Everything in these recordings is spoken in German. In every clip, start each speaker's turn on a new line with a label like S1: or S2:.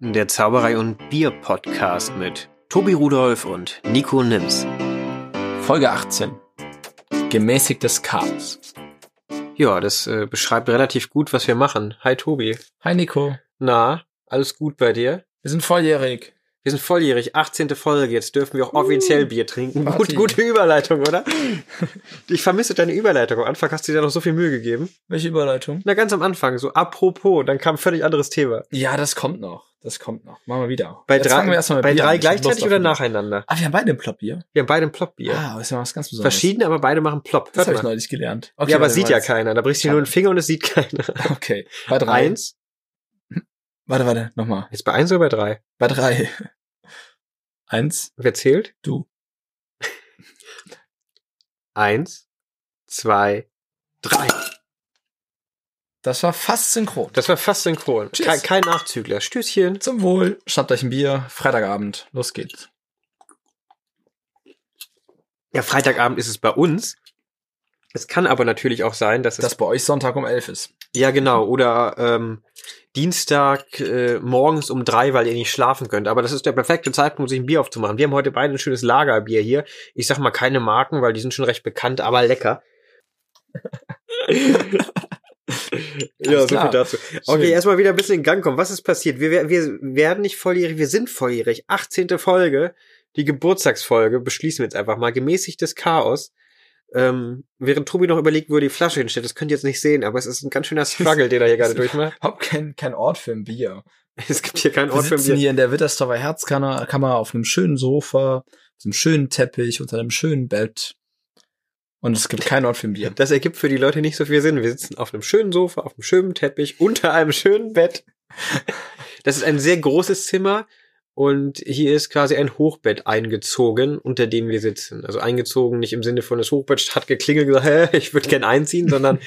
S1: der Zauberei und Bier Podcast mit Tobi Rudolf und Nico Nims.
S2: Folge 18. Gemäßigtes Chaos.
S1: Ja, das äh, beschreibt relativ gut, was wir machen. Hi Tobi.
S2: Hi Nico.
S1: Na, alles gut bei dir?
S2: Wir sind volljährig.
S1: Wir sind volljährig, 18. Folge, jetzt dürfen wir auch
S2: Uh,
S1: offiziell Bier trinken. Gut,
S2: Party.
S1: gute Überleitung, oder? Ich vermisse deine Überleitung. Am Anfang hast du dir da noch so viel Mühe gegeben.
S2: Welche Überleitung?
S1: Na, ganz am Anfang, so apropos, dann kam ein völlig anderes Thema.
S2: Ja, das kommt noch. Das kommt noch. Machen wir wieder.
S1: Bei
S2: Jetzt fangen wir
S1: drei,
S2: erstmal mit
S1: bei
S2: Bier
S1: drei
S2: an. Ich hab Lust
S1: gleichzeitig
S2: auf
S1: oder
S2: Bier.
S1: nacheinander?
S2: Ah, wir haben beide ein Plopp-Bier.
S1: Wir haben beide ein Ploppbier.
S2: Ah, das ist ja was ganz Besonderes.
S1: Verschiedene, aber beide machen Plopp.
S2: Das habe
S1: Hört
S2: ich
S1: man.
S2: neulich gelernt. Okay,
S1: ja, aber
S2: warte
S1: sieht
S2: mal
S1: ja
S2: jetzt.
S1: keiner. Da brichst du nur einen Finger und es sieht keiner.
S2: Okay. Bei drei.
S1: Eins?
S2: Warte, warte, nochmal.
S1: Jetzt bei eins oder bei drei?
S2: Bei drei. Eins,
S1: Wer zählt?
S2: du.
S1: Eins, zwei, drei.
S2: Das war fast synchron.
S1: Das war fast synchron.
S2: Tschüss.
S1: Kein, kein Nachzügler. Stößchen.
S2: Zum Wohl. Schnappt euch ein Bier. Freitagabend. Los geht's.
S1: Ja, Freitagabend ist es bei uns. Es kann aber natürlich auch sein, dass es.
S2: Dass bei euch Sonntag um elf ist.
S1: ja, genau. Oder ähm, Dienstag äh, morgens um drei, weil ihr nicht schlafen könnt. Aber das ist der perfekte Zeitpunkt, um sich ein Bier aufzumachen. Wir haben heute beide ein schönes Lagerbier hier. Ich sag mal keine Marken, weil die sind schon recht bekannt, aber lecker. ja, so viel
S2: klar.
S1: dazu. Okay, erstmal wieder ein bisschen in Gang kommen. Was ist passiert? Wir, wer- wir werden nicht volljährig, wir sind volljährig. 18. Folge, die Geburtstagsfolge, beschließen wir jetzt einfach mal. Gemäßigtes Chaos. Ähm, während Tobi noch überlegt, wo er die Flasche hinstellt, das könnt ihr jetzt nicht sehen, aber es ist ein ganz schöner Struggle, den er hier gerade durchmacht.
S2: Überhaupt kein, kein Ort für ein Bier.
S1: Es gibt hier keinen
S2: Wir
S1: Ort für ein
S2: sitzen
S1: Bier.
S2: hier in der Wittersdorfer Herzkammer Kammer auf einem schönen Sofa, mit einem schönen Teppich, unter einem schönen Bett. Und es gibt keinen Ort für ein Bier.
S1: Das ergibt für die Leute nicht so viel Sinn. Wir sitzen auf einem schönen Sofa, auf einem schönen Teppich, unter einem schönen Bett. Das ist ein sehr großes Zimmer und hier ist quasi ein Hochbett eingezogen, unter dem wir sitzen. Also eingezogen nicht im Sinne von das Hochbett hat geklingelt und gesagt, "Hä, ich würde gern einziehen, sondern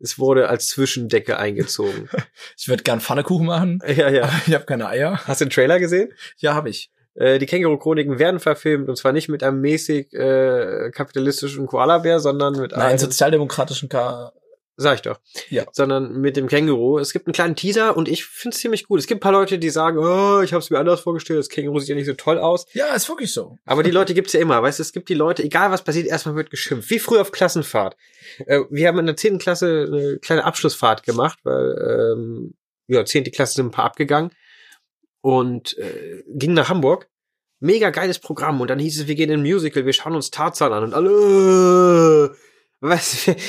S1: es wurde als Zwischendecke eingezogen.
S2: Ich würde gern Pfannekuchen machen,
S1: Ja, ja.
S2: aber ich habe keine Eier.
S1: Hast du den Trailer gesehen?
S2: Ja, habe ich.
S1: Äh, die Känguru-Chroniken werden verfilmt und zwar nicht mit einem mäßig äh, kapitalistischen Koala-Bär, sondern mit
S2: Nein,
S1: einem.
S2: sozialdemokratischen Ka
S1: Sag ich doch.
S2: Ja.
S1: Sondern mit dem Känguru. Es gibt einen kleinen Teaser und ich find's ziemlich gut. Es gibt ein paar Leute, die sagen, oh, ich hab's mir anders vorgestellt, das Känguru sieht ja nicht so toll aus.
S2: Ja, ist wirklich so.
S1: Aber die Leute gibt's ja immer, weißt du, es gibt die Leute, egal was passiert, erstmal wird geschimpft. Wie früher auf Klassenfahrt. Äh, wir haben in der 10. Klasse eine kleine Abschlussfahrt gemacht, weil, ähm, ja, 10. Klasse sind ein paar abgegangen und äh, gingen nach Hamburg. Mega geiles Programm. Und dann hieß es, wir gehen in ein Musical, wir schauen uns Tarzan an und alle. Was?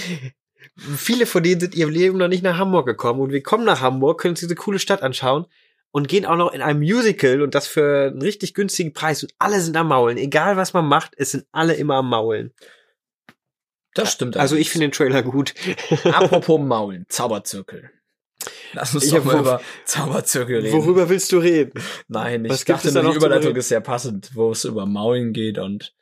S1: Viele von denen sind ihr Leben noch nicht nach Hamburg gekommen und wir kommen nach Hamburg, können uns diese coole Stadt anschauen und gehen auch noch in ein Musical und das für einen richtig günstigen Preis und alle sind am Maulen. Egal was man macht, es sind alle immer am Maulen.
S2: Das stimmt.
S1: Also ich finde den Trailer gut.
S2: Apropos Maulen, Zauberzirkel. Lass uns
S1: Ich
S2: doch
S1: hab
S2: mal
S1: wo-
S2: über Zauberzirkel reden.
S1: Worüber willst du reden?
S2: Nein,
S1: Was
S2: ich
S1: gibt
S2: dachte
S1: es da
S2: nur,
S1: noch
S2: die
S1: zu
S2: Überleitung
S1: bereden?
S2: ist sehr passend, wo es über Maulen geht und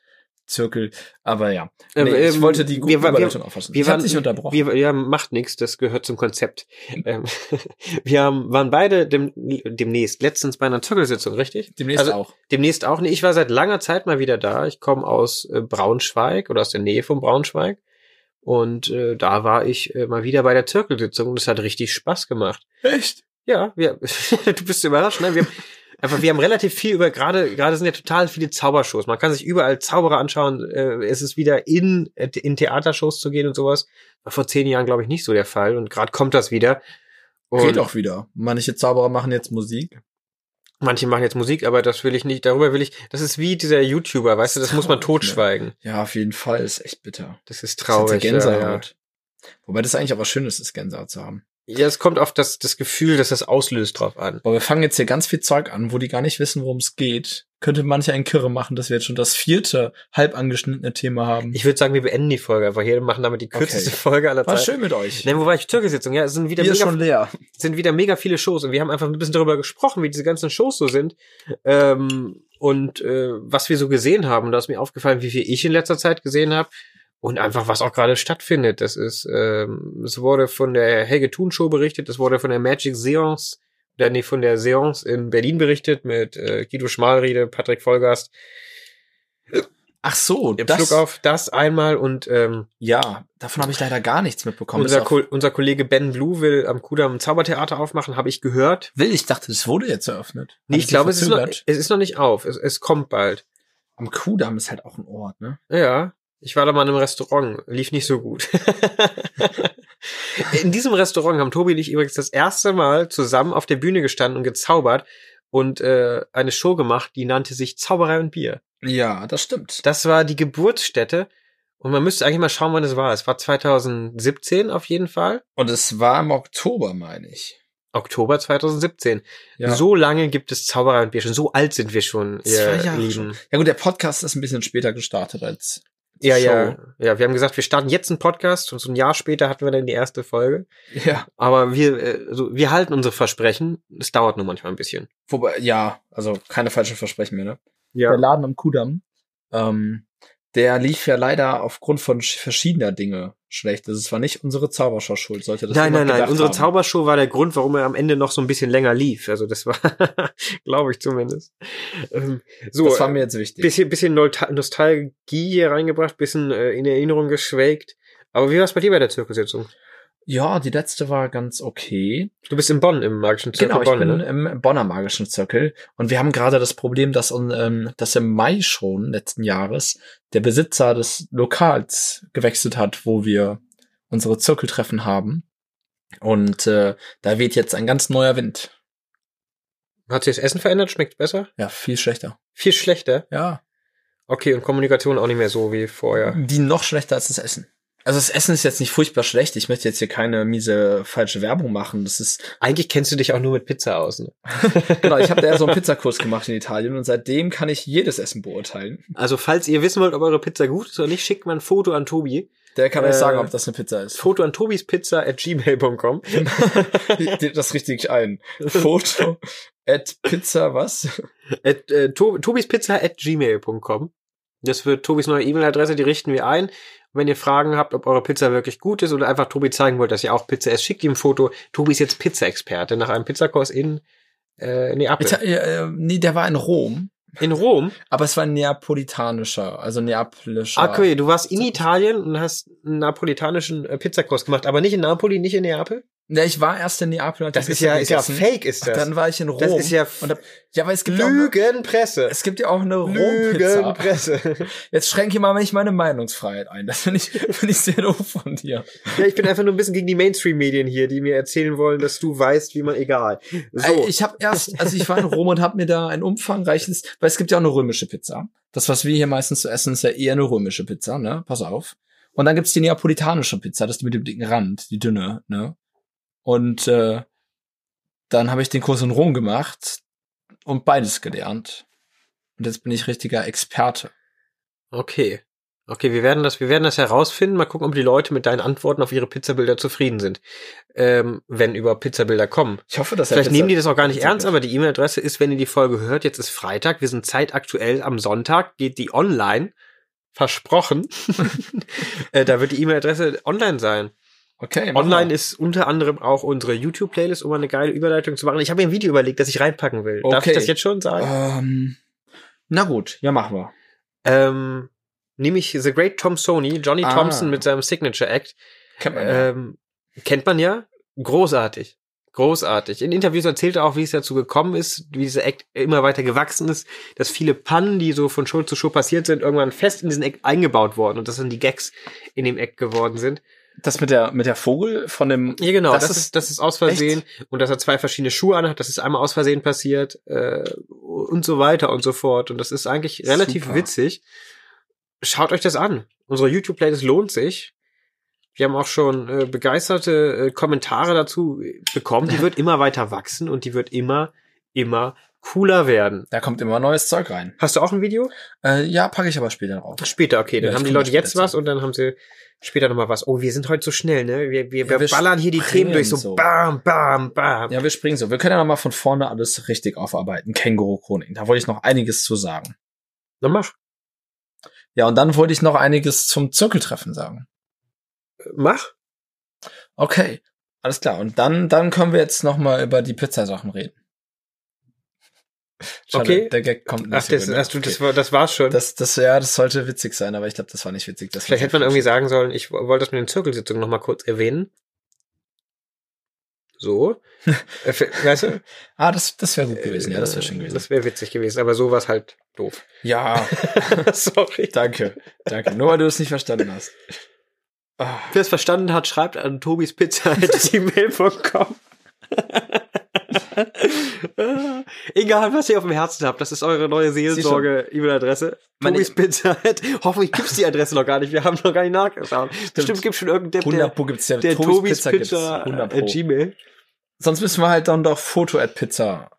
S2: Zirkel. Aber ja, nee,
S1: Ähm,
S2: ich
S1: ähm,
S2: wollte die gute
S1: wir wa- wir-
S2: Überleitung auffassen.
S1: wir
S2: ich hab
S1: waren-
S2: dich unterbrochen.
S1: Wir, ja, macht nichts, das gehört zum Konzept. Ähm, wir haben, waren beide dem, demnächst, letztens bei einer Zirkelsitzung, richtig?
S2: Demnächst
S1: also-
S2: auch.
S1: Demnächst auch nicht. Ich war seit langer Zeit mal wieder da. Ich komme aus äh, Braunschweig oder aus der Nähe von Braunschweig. Und äh, da war ich äh, mal wieder bei der Zirkelsitzung und es hat richtig Spaß gemacht.
S2: Echt?
S1: Ja, wir, du bist überrascht, ne? Wir haben, einfach, wir haben relativ viel über, gerade, gerade sind ja total viele Zaubershows. Man kann sich überall Zauberer anschauen. Äh, es ist wieder in, in Theatershows zu gehen und sowas. War vor zehn Jahren, glaube ich, nicht so der Fall. Und gerade kommt das wieder. Und
S2: Geht auch wieder. Manche Zauberer machen jetzt Musik.
S1: Manche machen jetzt Musik, aber das will ich nicht, darüber will ich, das ist wie dieser YouTuber, weißt du, das muss man
S2: Traurig, ne?
S1: totschweigen.
S2: Ja, auf jeden Fall. Ist echt bitter.
S1: Das ist
S2: Das hat die
S1: traurig. ja, ja.
S2: Gänsehaut. Wobei das eigentlich auch was Schönes ist, Gänsehaut zu haben.
S1: ja, es kommt auf das, das Gefühl, dass das auslöst drauf an.
S2: Aber wir fangen jetzt hier ganz viel Zeug an, wo die gar nicht wissen, worum es geht. Könnte manche einen Kirre machen, dass wir jetzt schon das vierte halb angeschnittene Thema haben.
S1: Ich würde sagen, wir beenden die Folge einfach hier, machen damit die kürzeste
S2: Mhm. Okay.
S1: Folge aller
S2: War
S1: Zeiten.
S2: schön mit euch.
S1: Nein, wo war ich? Türkisitzung, ja, es sind wieder
S2: Bier ist
S1: mega
S2: schon leer.
S1: sind wieder mega viele Shows und wir haben einfach ein bisschen darüber gesprochen, wie diese ganzen Shows so sind ähm, und äh, was wir so gesehen haben. Und da ist mir aufgefallen, wie viel ich in letzter Zeit gesehen habe und einfach was auch gerade stattfindet. Das ist, ähm, es wurde von der Helge Thun Show berichtet, es wurde von der Magic Seance, oder nee, von der Seance in Berlin berichtet mit äh, Guido Schmalriede, Patrick Vollgast.
S2: Ach so,
S1: Im
S2: das,
S1: Flug auf das einmal und ähm,
S2: ja, davon habe ich leider gar nichts mitbekommen.
S1: unser,
S2: Bis auf-
S1: Ko unser Kollege Ben Blue will am Kudam ein Zaubertheater aufmachen, habe ich gehört.
S2: Will, ich dachte, das wurde jetzt eröffnet.
S1: Nee,
S2: Hat
S1: ich
S2: sich
S1: glaube, es ist, noch,
S2: verzögert.
S1: es ist noch nicht auf. Es, es kommt bald.
S2: Am Kudamm ist halt auch ein Ort, ne?
S1: Ja. Ich war da mal in einem Restaurant, lief nicht so gut. in diesem Restaurant haben Tobi und ich übrigens das erste Mal zusammen auf der Bühne gestanden und gezaubert und äh, eine Show gemacht, die nannte sich Zauberei und Bier.
S2: Ja, das stimmt.
S1: Das war die Geburtsstätte. Und man müsste eigentlich mal schauen, wann es war. Es war 2017 auf jeden Fall.
S2: Und es war im Oktober, meine ich.
S1: Oktober 2017.
S2: Ja.
S1: So lange gibt es Zauberer und wir schon. So alt sind wir schon,
S2: Zwei
S1: ihr
S2: Jahre
S1: Lieben.
S2: schon. Ja gut, der Podcast ist ein bisschen später gestartet als
S1: Ja,
S2: Show.
S1: ja, ja. Wir haben gesagt, wir starten jetzt einen Podcast und so ein Jahr später hatten wir dann die erste Folge.
S2: Ja.
S1: Aber wir, äh, also wir halten unsere Versprechen. Es dauert nur manchmal ein bisschen.
S2: Wobei, ja, also keine falschen Versprechen mehr, ne?
S1: Ja.
S2: Der Laden am Kudamm, ähm, der lief ja leider aufgrund von sch- verschiedener Dinge schlecht. Das war nicht unsere Zaubershow schuld, sollte das
S1: Nein, nein,
S2: jemand
S1: nein.
S2: gedacht
S1: Unsere
S2: haben.
S1: Zaubershow war der Grund, warum er am Ende noch so ein bisschen länger lief. Also das war, glaube ich zumindest. Ähm, so,
S2: Das war
S1: äh,
S2: mir jetzt wichtig.
S1: bisschen, bisschen Nolta- Nostalgie hier reingebracht, bisschen äh, in Erinnerung geschwelgt. Aber wie war es bei dir bei der Zirkussitzung?
S2: ja, die letzte war ganz okay.
S1: Du bist in Bonn im magischen Zirkel
S2: Genau, ich
S1: Bonn,
S2: bin
S1: ne?
S2: im Bonner Magischen Zirkel und wir haben gerade das Problem, dass, un- ähm, dass im Mai schon letzten Jahres der Besitzer des Lokals gewechselt hat, wo wir unsere Zirkeltreffen haben. Und äh, da weht jetzt ein ganz neuer Wind.
S1: Hat sich das Essen verändert? Schmeckt besser?
S2: Ja, viel schlechter.
S1: Viel schlechter?
S2: Ja.
S1: Okay, und Kommunikation auch nicht mehr so wie vorher.
S2: Die noch schlechter als das Essen. Also das Essen ist jetzt nicht furchtbar schlecht. Ich möchte jetzt hier keine miese falsche Werbung machen. Das ist
S1: Eigentlich kennst du dich auch nur mit Pizza aus. Ne?
S2: genau. Ich habe da ja so einen Pizzakurs gemacht in Italien und seitdem kann ich jedes Essen beurteilen.
S1: Also, falls ihr wissen wollt, ob eure Pizza gut ist oder nicht, schickt mal ein Foto an Tobi.
S2: Der kann euch
S1: Äh,
S2: sagen, ob das eine Pizza ist.
S1: Foto an tobispizza at gmail.com.
S2: Gebt das richtig ein. Foto at Pizza was?
S1: at, äh, to tobispizza at gmail.com. Das wird Tobis neue E-Mail-Adresse, die richten wir ein. Und wenn ihr Fragen habt, ob eure Pizza wirklich gut ist oder einfach Tobi zeigen wollt, dass ihr auch Pizza esst, schickt ihm ein Foto. Tobi ist jetzt Pizza-Experte nach einem Pizzakurs in äh, Neapel.
S2: Ita äh, nee, der war in Rom,
S1: in Rom.
S2: aber es war ein neapolitanischer, also neapolischer.
S1: Ah, okay, du warst in Italien und hast einen napolitanischen äh, Pizzakurs gemacht, aber nicht in Napoli, nicht in Neapel?
S2: Ja, ich war erst in Neapel und hab gestern gegessen.
S1: ist
S2: Und Dann war ich in Rom.
S1: Das ist ja
S2: und hab, ja, aber es gibt ja auch eine,
S1: Lügenpresse.
S2: es gibt ja auch eine Rom-Pizza.
S1: Lügenpresse.
S2: Jetzt schränke mal nicht meine Meinungsfreiheit ein. Das finde ich, finde ich sehr doof von dir.
S1: Ja, ich bin einfach nur ein bisschen gegen die Mainstream-Medien hier, die mir erzählen wollen, dass du weißt, wie man egal. So,
S2: Ey, Ich habe erst, also ich war in Rom und habe mir da ein umfangreiches, weil es gibt ja auch eine römische Pizza. Das, was wir hier meistens so essen, ist ja eher eine römische Pizza, ne? Pass auf. Und dann gibt's die neapolitanische Pizza, das ist die mit dem dicken Rand, die dünne, ne? Und äh, dann habe ich den Kurs in Rom gemacht und beides gelernt. Und jetzt bin ich richtiger Experte.
S1: okay. Okay, wir werden das, wir werden das herausfinden. Mal gucken, ob die Leute mit deinen Antworten auf ihre Pizzabilder zufrieden sind. Ähm, wenn über Pizzabilder kommen.
S2: Ich hoffe, dass er
S1: Vielleicht
S2: Pizza-
S1: nehmen die das auch gar nicht
S2: Pizza-
S1: ernst, aber die E-Mail-Adresse ist, wenn ihr die Folge hört, jetzt ist Freitag, wir sind zeitaktuell am Sonntag, geht die online. Versprochen. äh, da wird die E-Mail-Adresse online sein.
S2: Okay. mach
S1: Online
S2: mal.
S1: ist unter anderem auch unsere YouTube-Playlist, um eine geile Überleitung zu machen. Ich habe mir ein Video überlegt, das ich reinpacken will. Darf ich
S2: Okay.
S1: das jetzt schon sagen?
S2: Ähm, na gut, ja, machen wir.
S1: Ähm, nämlich The Great Tom Sony, Johnny
S2: Ah.
S1: Thompson mit seinem Signature Act.
S2: Kennt man ja.
S1: Ähm, kennt man ja. Großartig. Großartig. In Interviews erzählt er auch, wie es dazu gekommen ist, wie dieser Act immer weiter gewachsen ist, dass viele Pannen, die so von Show zu Show passiert sind, irgendwann fest in diesen Act eingebaut wurden und dass dann die Gags in dem Act geworden sind.
S2: Das mit der, mit der Vogel von dem
S1: Ja, genau. Das,
S2: Das
S1: ist,
S2: ist-
S1: das ist aus Versehen. Und dass er zwei verschiedene Schuhe anhat, das ist einmal aus Versehen passiert äh, und so weiter und so fort. Und das ist eigentlich relativ
S2: Super.
S1: witzig. Schaut euch das an. Unsere YouTube-Playlist lohnt sich. Wir haben auch schon äh, begeisterte äh, Kommentare dazu bekommen. Die wird immer weiter wachsen und die wird immer, immer cooler werden.
S2: Da kommt immer neues Zeug rein.
S1: Hast du auch ein Video?
S2: Äh, ja, packe ich aber später drauf.
S1: Später, okay. Dann
S2: Ja, das
S1: haben die
S2: können wir
S1: Leute jetzt
S2: später
S1: was und dann haben sie später nochmal was. Oh, wir sind heute so schnell, ne? Wir, wir,
S2: Ja,
S1: wir
S2: wir
S1: ballern hier die Themen
S2: springen
S1: durch, so,
S2: so.
S1: bam, bam, bam.
S2: Ja, wir springen so. Wir können ja nochmal von vorne alles richtig aufarbeiten. Känguru-Chronik. Da wollte ich noch einiges zu sagen.
S1: Na mach.
S2: Ja, und dann wollte ich noch einiges zum Zirkeltreffen sagen.
S1: Mach.
S2: Okay, alles klar. Und dann, dann können wir jetzt nochmal über die Pizzasachen reden. Schade,
S1: Okay.
S2: Der Gag kommt nicht
S1: Ach, das,
S2: gut.
S1: ach du, das,
S2: Okay.
S1: war, das war's schon.
S2: das, das, ja, das sollte witzig sein, aber ich glaube, das war nicht witzig. Das war
S1: Vielleicht hätte man irgendwie sagen sollen, ich wo- wollte das mit den Zirkelsitzungen nochmal kurz erwähnen. So. Äh, fe- weißt du?
S2: Ah, das, das wäre gut gewesen. Ja, das wäre schön gewesen.
S1: Äh, Das wäre witzig gewesen, aber so war's halt doof.
S2: Ja,
S1: Sorry.
S2: danke. Danke. Nur weil du es nicht verstanden hast.
S1: Wer es verstanden hat, schreibt an Tobis Pizza gmail.com. Egal, was ihr auf dem Herzen habt, das ist eure neue Seelsorge-E-Mail-Adresse.
S2: Man-
S1: Tobis Pizza. Hoffentlich gibt's die Adresse noch gar nicht. Wir haben noch gar nicht nachgeschaut. Bestimmt gibt's schon irgendeinen,
S2: 100
S1: der,
S2: Pro gibt's ja.
S1: der Tobis Pizza, äh,
S2: gibt's. 100
S1: at
S2: Pro.
S1: Gmail.
S2: Sonst müssen wir halt dann doch Foto at Pizza.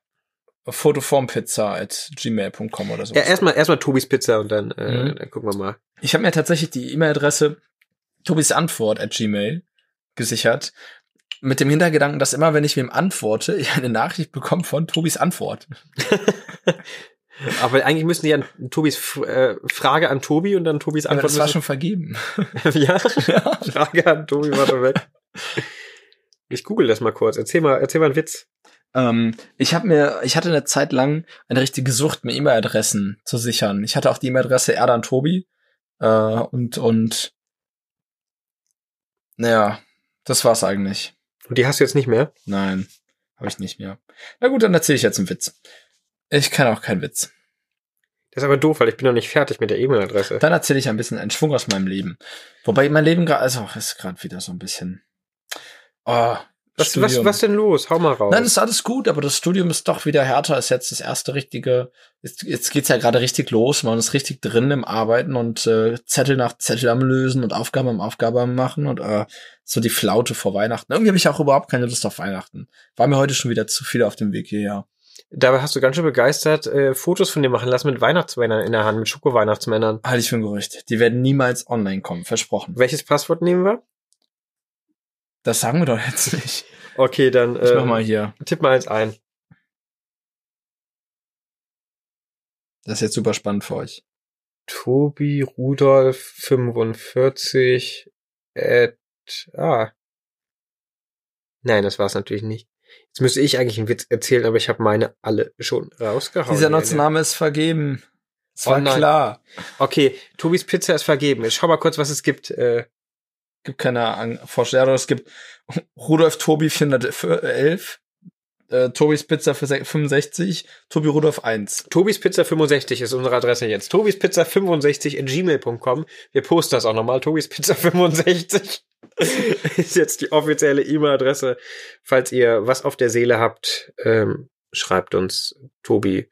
S2: Fotoformpizza at gmail.com oder so.
S1: Ja, erstmal erstmal Tobis Pizza und dann, äh,
S2: Mhm.
S1: dann gucken wir mal.
S2: Ich habe mir tatsächlich die E-Mail-Adresse tobisantwort at gmail gesichert. Mit dem Hintergedanken, dass immer, wenn ich wem antworte, ich eine Nachricht bekomme von Tobis Antwort.
S1: Aber eigentlich müssen die ja Tobis F- äh, Frage an Tobi und dann Tobis
S2: Aber
S1: Antwort.
S2: das war schon vergeben.
S1: müssen- ja, Frage an Tobi war schon weg. Ich google das mal kurz. Erzähl mal, erzähl mal einen Witz.
S2: Ähm, ich habe mir, ich hatte eine Zeit lang eine richtige Sucht, mir E-Mail-Adressen zu sichern. Ich hatte auch die E-Mail-Adresse Erdan Tobi äh, und und naja, das war's eigentlich.
S1: Und die hast du jetzt nicht mehr.
S2: Nein, habe ich nicht mehr. Na gut, dann erzähle ich jetzt einen Witz. Ich kann auch keinen Witz.
S1: Das ist aber doof, weil ich bin noch nicht fertig mit der E-Mail-Adresse.
S2: Dann erzähle ich ein bisschen einen Schwung aus meinem Leben. Wobei mein Leben gerade, also ist gerade wieder so ein bisschen. Oh,
S1: Was, was,
S2: Studium.
S1: was denn los? Hau mal raus.
S2: Nein, ist alles gut, aber das Studium ist doch wieder härter als jetzt das erste richtige. Jetzt, jetzt geht's ja gerade richtig los. Man ist richtig drin im Arbeiten und äh, Zettel nach Zettel am Lösen und Aufgaben am Aufgaben am Machen und äh, so die Flaute vor Weihnachten. Irgendwie habe ich auch überhaupt keine Lust auf Weihnachten. War mir heute schon wieder zu viel auf dem Weg hierher.
S1: Dabei hast du ganz schön begeistert äh, Fotos von dir machen lassen mit Weihnachtsmännern in der Hand, mit Schoko-Weihnachtsmännern.
S2: Halte ich für ein Gerücht. Die werden niemals online kommen, versprochen.
S1: Welches Passwort nehmen wir?
S2: Das sagen wir doch jetzt nicht.
S1: Okay, dann
S2: Ich mach
S1: ähm,
S2: mal hier.
S1: tipp mal eins ein.
S2: Das ist jetzt super spannend für euch.
S1: Tobi Rudolf 45 at, ah. Nein, das war's natürlich nicht. Jetzt müsste ich eigentlich einen Witz erzählen, aber ich habe meine alle schon rausgehauen.
S2: Dieser
S1: Ey, ne?
S2: Notzname ist vergeben. Es
S1: Oh
S2: war
S1: nein.
S2: klar.
S1: Okay, Tobis Pizza ist vergeben. Ich schau mal kurz, was es gibt. Äh,
S2: gibt keine An- Vorstellung. Es gibt Rudolf Tobi 411, äh, Tobis Pizza für se- 65, Tobi Rudolf 1.
S1: Tobis Pizza 65 ist unsere Adresse jetzt. Tobis Pizza 65 at gmail.com. Wir posten das auch nochmal. Tobis Pizza 65 ist jetzt die offizielle E-Mail-Adresse. Falls ihr was auf der Seele habt, ähm, schreibt uns. Tobi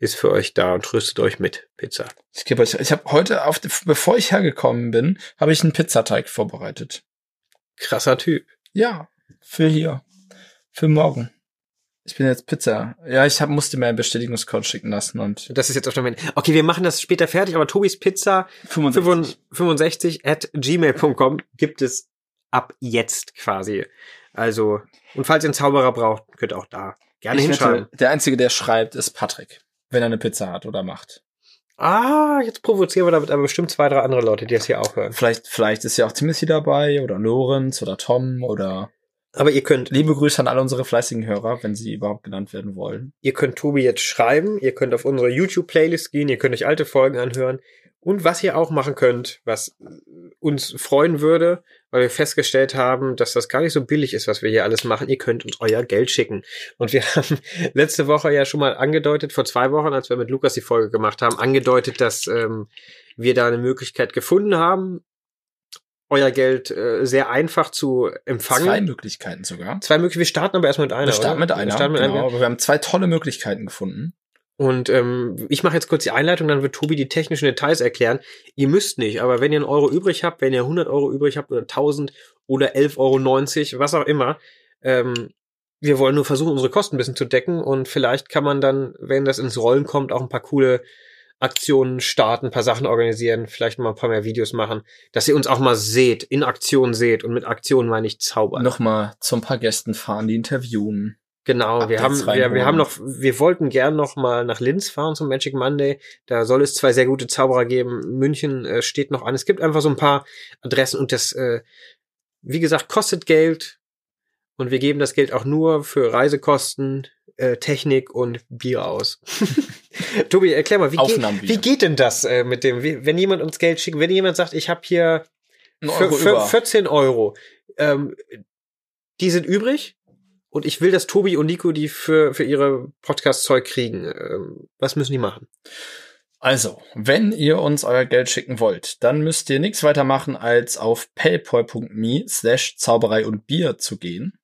S1: ist für euch da und tröstet euch mit Pizza.
S2: Ich gebe euch, ich habe heute, auf, bevor ich hergekommen bin, habe ich einen Pizzateig vorbereitet.
S1: Krasser Typ.
S2: Ja, für hier, für morgen. Ich bin jetzt Pizza. Ja, ich hab, musste mir einen Bestätigungscode schicken lassen und
S1: Das ist jetzt auf der Moment. Okay, wir machen das später fertig, aber Tobis Pizza 65 at gmail.com gibt es ab jetzt quasi. Also, und falls ihr einen Zauberer braucht, könnt ihr auch da gerne
S2: Ich
S1: hinschreiben.
S2: wette, der einzige, der schreibt, ist Patrick, wenn er eine Pizza hat oder macht.
S1: Ah, jetzt provozieren wir damit aber bestimmt zwei, drei andere Leute, die das hier auch hören.
S2: Vielleicht, vielleicht ist ja auch Timothy dabei oder Lorenz oder Tom oder
S1: Aber ihr könnt,
S2: Liebe Grüße an alle unsere fleißigen Hörer, wenn sie überhaupt genannt werden wollen.
S1: ihr könnt Tobi jetzt schreiben, ihr könnt auf unsere YouTube-Playlist gehen, ihr könnt euch alte Folgen anhören. Und was ihr auch machen könnt, was uns freuen würde, weil wir festgestellt haben, dass das gar nicht so billig ist, was wir hier alles machen. Ihr könnt uns euer Geld schicken. Und wir haben letzte Woche ja schon mal angedeutet, vor zwei Wochen, als wir mit Lukas die Folge gemacht haben, angedeutet, dass ähm, wir da eine Möglichkeit gefunden haben, euer Geld äh, sehr einfach zu empfangen.
S2: Zwei Möglichkeiten sogar.
S1: zwei Möglichkeiten. Wir starten aber erstmal mit einer.
S2: Wir starten
S1: oder?
S2: mit einer.
S1: Wir starten mit
S2: genau,
S1: einer.
S2: aber wir haben zwei tolle Möglichkeiten gefunden.
S1: Und ähm, ich mache jetzt kurz die Einleitung, dann wird Tobi die technischen Details erklären. Ihr müsst nicht, aber wenn ihr einen Euro übrig habt, wenn ihr 100 Euro übrig habt oder 1000 oder 11,90 Euro, was auch immer, ähm, wir wollen nur versuchen, unsere Kosten ein bisschen zu decken und vielleicht kann man dann, wenn das ins Rollen kommt, auch ein paar coole Aktionen starten, ein paar Sachen organisieren, vielleicht noch mal ein paar mehr Videos machen, dass ihr uns auch mal seht, in Aktion seht und mit Aktion meine ich zaubern.
S2: Nochmal zu ein paar Gästen fahren, die interviewen.
S1: Genau, wir haben,
S2: Updates
S1: wir,
S2: reinholen.
S1: wir haben noch, wir wollten gern noch mal nach Linz fahren zum Magic Monday. Da soll es zwei sehr gute Zauberer geben. München äh, steht noch an. Es gibt einfach so ein paar Adressen und das, äh, wie gesagt, kostet Geld. Und wir geben das Geld auch nur für Reisekosten, äh, Technik und Bier aus. Tobi, erklär mal, wie, geht,
S2: Aufnahmen wieder.
S1: wie geht denn das äh, mit dem, wie, wenn jemand uns Geld schickt, wenn jemand sagt, ich habe hier
S2: Ein
S1: für,
S2: Euro
S1: für
S2: über.
S1: 14 Euro, ähm, die sind übrig und ich will, dass Tobi und Nico die für, für ihre Podcast-Zeug kriegen. Ähm, was müssen die machen?
S2: Also, wenn ihr uns euer Geld schicken wollt, dann müsst ihr nichts weiter machen, als auf paypal.me slash Zauberei und Bier zu gehen.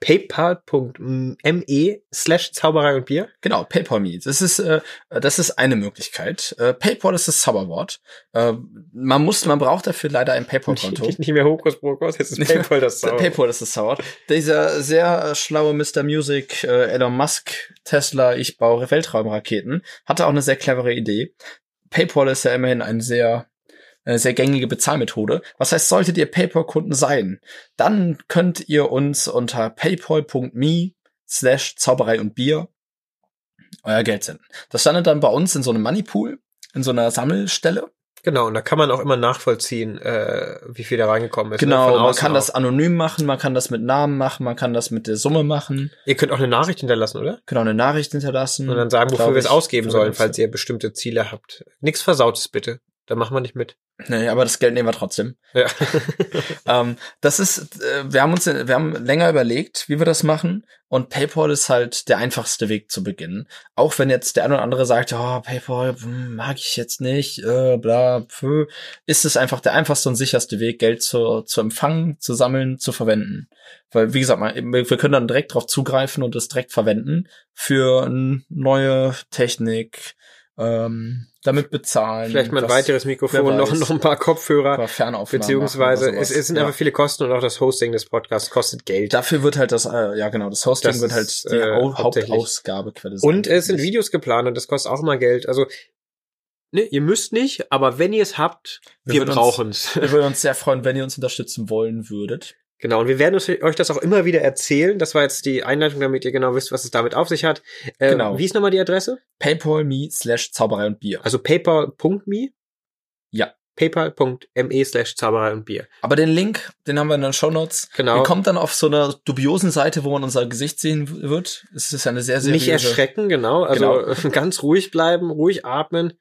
S1: paypal.me E slash Zauberei und Bier.
S2: Genau, PayPal.me. Das ist, äh, das ist eine Möglichkeit. Äh, PayPal ist das Zauberwort. Äh, man muss, man braucht dafür leider ein PayPal-Konto.
S1: Nicht mehr Hokuspokus, jetzt ist PayPal das Zauberwort.
S2: PayPal ist das Zauberwort. Dieser sehr äh, schlaue Mr. Music, äh, Elon Musk, Tesla, ich baue Weltraumraketen, hatte auch eine sehr clevere Idee. PayPal ist ja immerhin ein sehr eine sehr gängige Bezahlmethode. Was heißt, solltet ihr PayPal-Kunden sein, dann könnt ihr uns unter paypal.me slash Zauberei und Bier euer Geld senden. Das landet dann bei uns in so einem Moneypool, in so einer Sammelstelle.
S1: Genau, und da kann man auch immer nachvollziehen, äh, wie viel da reingekommen ist. ne?
S2: Genau,
S1: Von
S2: man
S1: außen
S2: kann das
S1: auch.
S2: anonym machen, man kann das mit Namen machen, man kann das mit der Summe machen,
S1: Ihr könnt auch eine Nachricht hinterlassen, oder?
S2: genau eine Nachricht hinterlassen.
S1: Und dann sagen, wofür
S2: Hm, Glaub
S1: wir es
S2: ich,
S1: ausgeben sollen, falls
S2: verwendet.
S1: ihr bestimmte Ziele habt. Nichts Versautes bitte. Da machen wir nicht mit.
S2: Nee, aber das Geld nehmen wir trotzdem.
S1: Ja.
S2: ähm, das ist, äh, wir haben uns, wir haben länger überlegt, wie wir das machen. Und PayPal ist halt der einfachste Weg zu beginnen. Auch wenn jetzt der eine oder andere sagt, oh, PayPal hm, mag ich jetzt nicht, äh, bla, pfö, ist es einfach der einfachste und sicherste Weg, Geld zu, zu empfangen, zu sammeln, zu verwenden. Weil, wie gesagt, man- wir können dann direkt drauf zugreifen und es direkt verwenden für n- neue Technik, ähm, damit bezahlen.
S1: Vielleicht mal ein
S2: was-
S1: weiteres Mikrofon,
S2: wer
S1: noch,
S2: weiß.
S1: noch ein paar Kopfhörer,
S2: über Fernaufnahmen
S1: beziehungsweise
S2: machen oder
S1: es,
S2: sowas.
S1: es sind einfach viele Kosten und auch das Hosting des Podcasts kostet Geld.
S2: Dafür wird halt das, äh, ja genau, das Hosting
S1: Das
S2: wird
S1: ist,
S2: halt die
S1: äh,
S2: Hau-
S1: hauptsächlich.
S2: Hauptausgabequelle. sein.
S1: Und äh, es sind Videos geplant und das kostet auch immer Geld. Also, ne, ihr müsst nicht, aber wenn ihr es habt,
S2: Wir
S1: wir,
S2: würden uns-
S1: brauchen es.
S2: Wir würden uns sehr freuen, wenn ihr uns unterstützen wollen würdet.
S1: Genau, und wir werden uns- euch das auch immer wieder erzählen. Das war jetzt die Einleitung, damit ihr genau wisst, was es damit auf sich hat. Ähm,
S2: Genau.
S1: Wie ist nochmal die Adresse?
S2: PayPal.me slash Zauberei und Bier.
S1: Also paypal.me?
S2: Ja.
S1: paypal.me slash Zauberei und Bier.
S2: Aber den Link, den haben wir in den Shownotes.
S1: Genau.
S2: Ihr kommt dann auf so einer dubiosen Seite, wo man unser Gesicht sehen w- wird. Es ist eine sehr, sehr
S1: Nicht erschrecken, genau. Also ganz ruhig bleiben, ruhig atmen.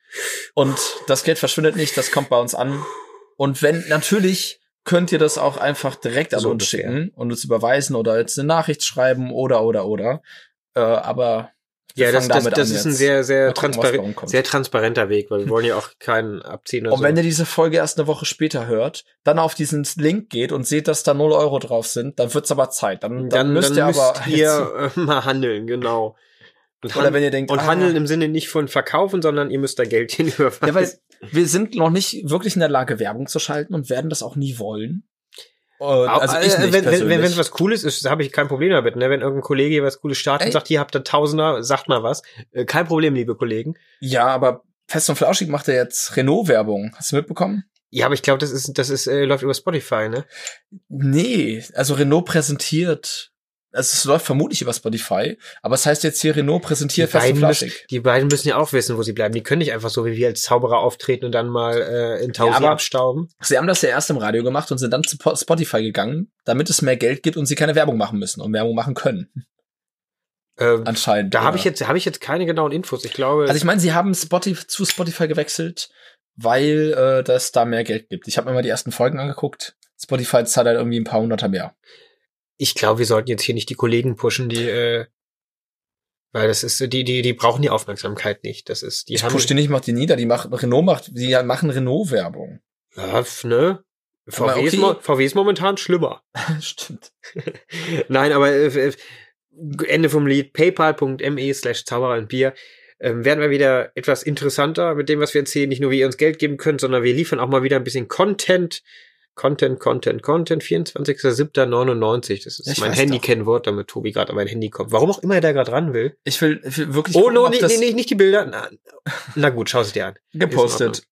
S2: Und das Geld verschwindet nicht, das kommt bei uns an. Und wenn, natürlich könnt ihr das auch einfach direkt an
S1: So
S2: uns
S1: ungefähr.
S2: schicken und uns überweisen oder jetzt eine Nachricht schreiben oder, oder, oder. Äh, aber wir
S1: Ja, das,
S2: fangen
S1: das,
S2: damit
S1: das
S2: an
S1: ist ein
S2: jetzt.
S1: sehr, sehr,
S2: Mal gucken, was bei
S1: transparen
S2: rumkommt.
S1: sehr transparenter Weg, weil wir wollen ja auch keinen abziehen oder
S2: Und wenn
S1: so.
S2: ihr diese Folge erst eine Woche später hört, dann auf diesen Link geht und seht, dass da 0 Euro drauf sind, dann wird's aber Zeit. Dann, dann,
S1: Dann,
S2: müsst
S1: dann
S2: ihr aber
S1: müsst ihr äh, mal handeln, genau. Und,
S2: oder
S1: han-
S2: wenn ihr denkt,
S1: und
S2: ah,
S1: handeln im Sinne nicht von verkaufen, sondern ihr müsst da Geld hinüberweisen.
S2: Ja, weil wir sind noch nicht wirklich in der Lage, Werbung zu schalten und werden das auch nie wollen. Äh, also ich
S1: Äh,
S2: nicht
S1: wenn wenn, wenn
S2: persönlich.
S1: wenn's was Cooles ist, habe ich kein Problem damit. Ne? Wenn irgendein Kollege hier was Cooles startet
S2: Ey.
S1: und sagt, hier habt ihr Tausender, sagt mal was. Äh, kein Problem, liebe Kollegen.
S2: Ja, aber Fest und Flauschig macht ja jetzt Renault-Werbung. Hast du mitbekommen?
S1: Ja, aber ich glaube, das ist, das ist, äh, läuft über Spotify, ne?
S2: Nee, also Renault präsentiert. Also es läuft vermutlich über Spotify, aber es heißt jetzt hier Renault präsentiert Fest und
S1: beiden müssen,
S2: Flauschig.
S1: die beiden müssen ja auch wissen, wo sie bleiben. Die können nicht einfach so wie wir als Zauberer auftreten und dann mal äh, in Tausend
S2: aber-
S1: abstauben.
S2: Sie haben das ja erst im Radio gemacht und sind dann zu Po- Spotify gegangen, damit es mehr Geld gibt und sie keine Werbung machen müssen und Werbung machen können.
S1: Ähm,
S2: Anscheinend.
S1: da habe
S2: Ja.
S1: ich jetzt, habe ich jetzt keine genauen Infos. Ich glaube,
S2: Also ich meine, sie haben Spotify zu Spotify gewechselt, weil äh, das da mehr Geld gibt. Ich habe mir mal die ersten Folgen angeguckt. Spotify zahlt halt irgendwie ein paar hunderter mehr.
S1: ich glaube, wir sollten jetzt hier nicht die Kollegen pushen, die, äh, weil das ist, die, die, die brauchen die Aufmerksamkeit nicht. Das ist, die
S2: ich pushe die nicht, mach die nieder. Die machen Renault macht, die machen Renault Werbung.
S1: Ja, f- ne?
S2: Aber
S1: VW, ist,
S2: okay.
S1: mo VW ist momentan schlimmer.
S2: Stimmt.
S1: Nein, aber äh, äh, Ende vom Lied paypal.me slash Zauberer und Bier ähm, werden wir wieder etwas interessanter mit dem, was wir erzählen. Nicht nur, wie ihr uns Geld geben könnt, sondern wir liefern auch mal wieder ein bisschen Content. Content, Content, Content. 24.07.99. Das ist
S2: Ich
S1: mein
S2: weiß
S1: Handy-Kennwort, damit Tobi gerade an mein Handy kommt. Warum auch immer er da gerade ran will.
S2: Ich will, ich will wirklich
S1: oh,
S2: gucken,
S1: no,
S2: ob
S1: nee,
S2: das
S1: nee, nee, nicht die Bilder. Na, na gut, schau sie dir an.
S2: gepostet.
S1: Ist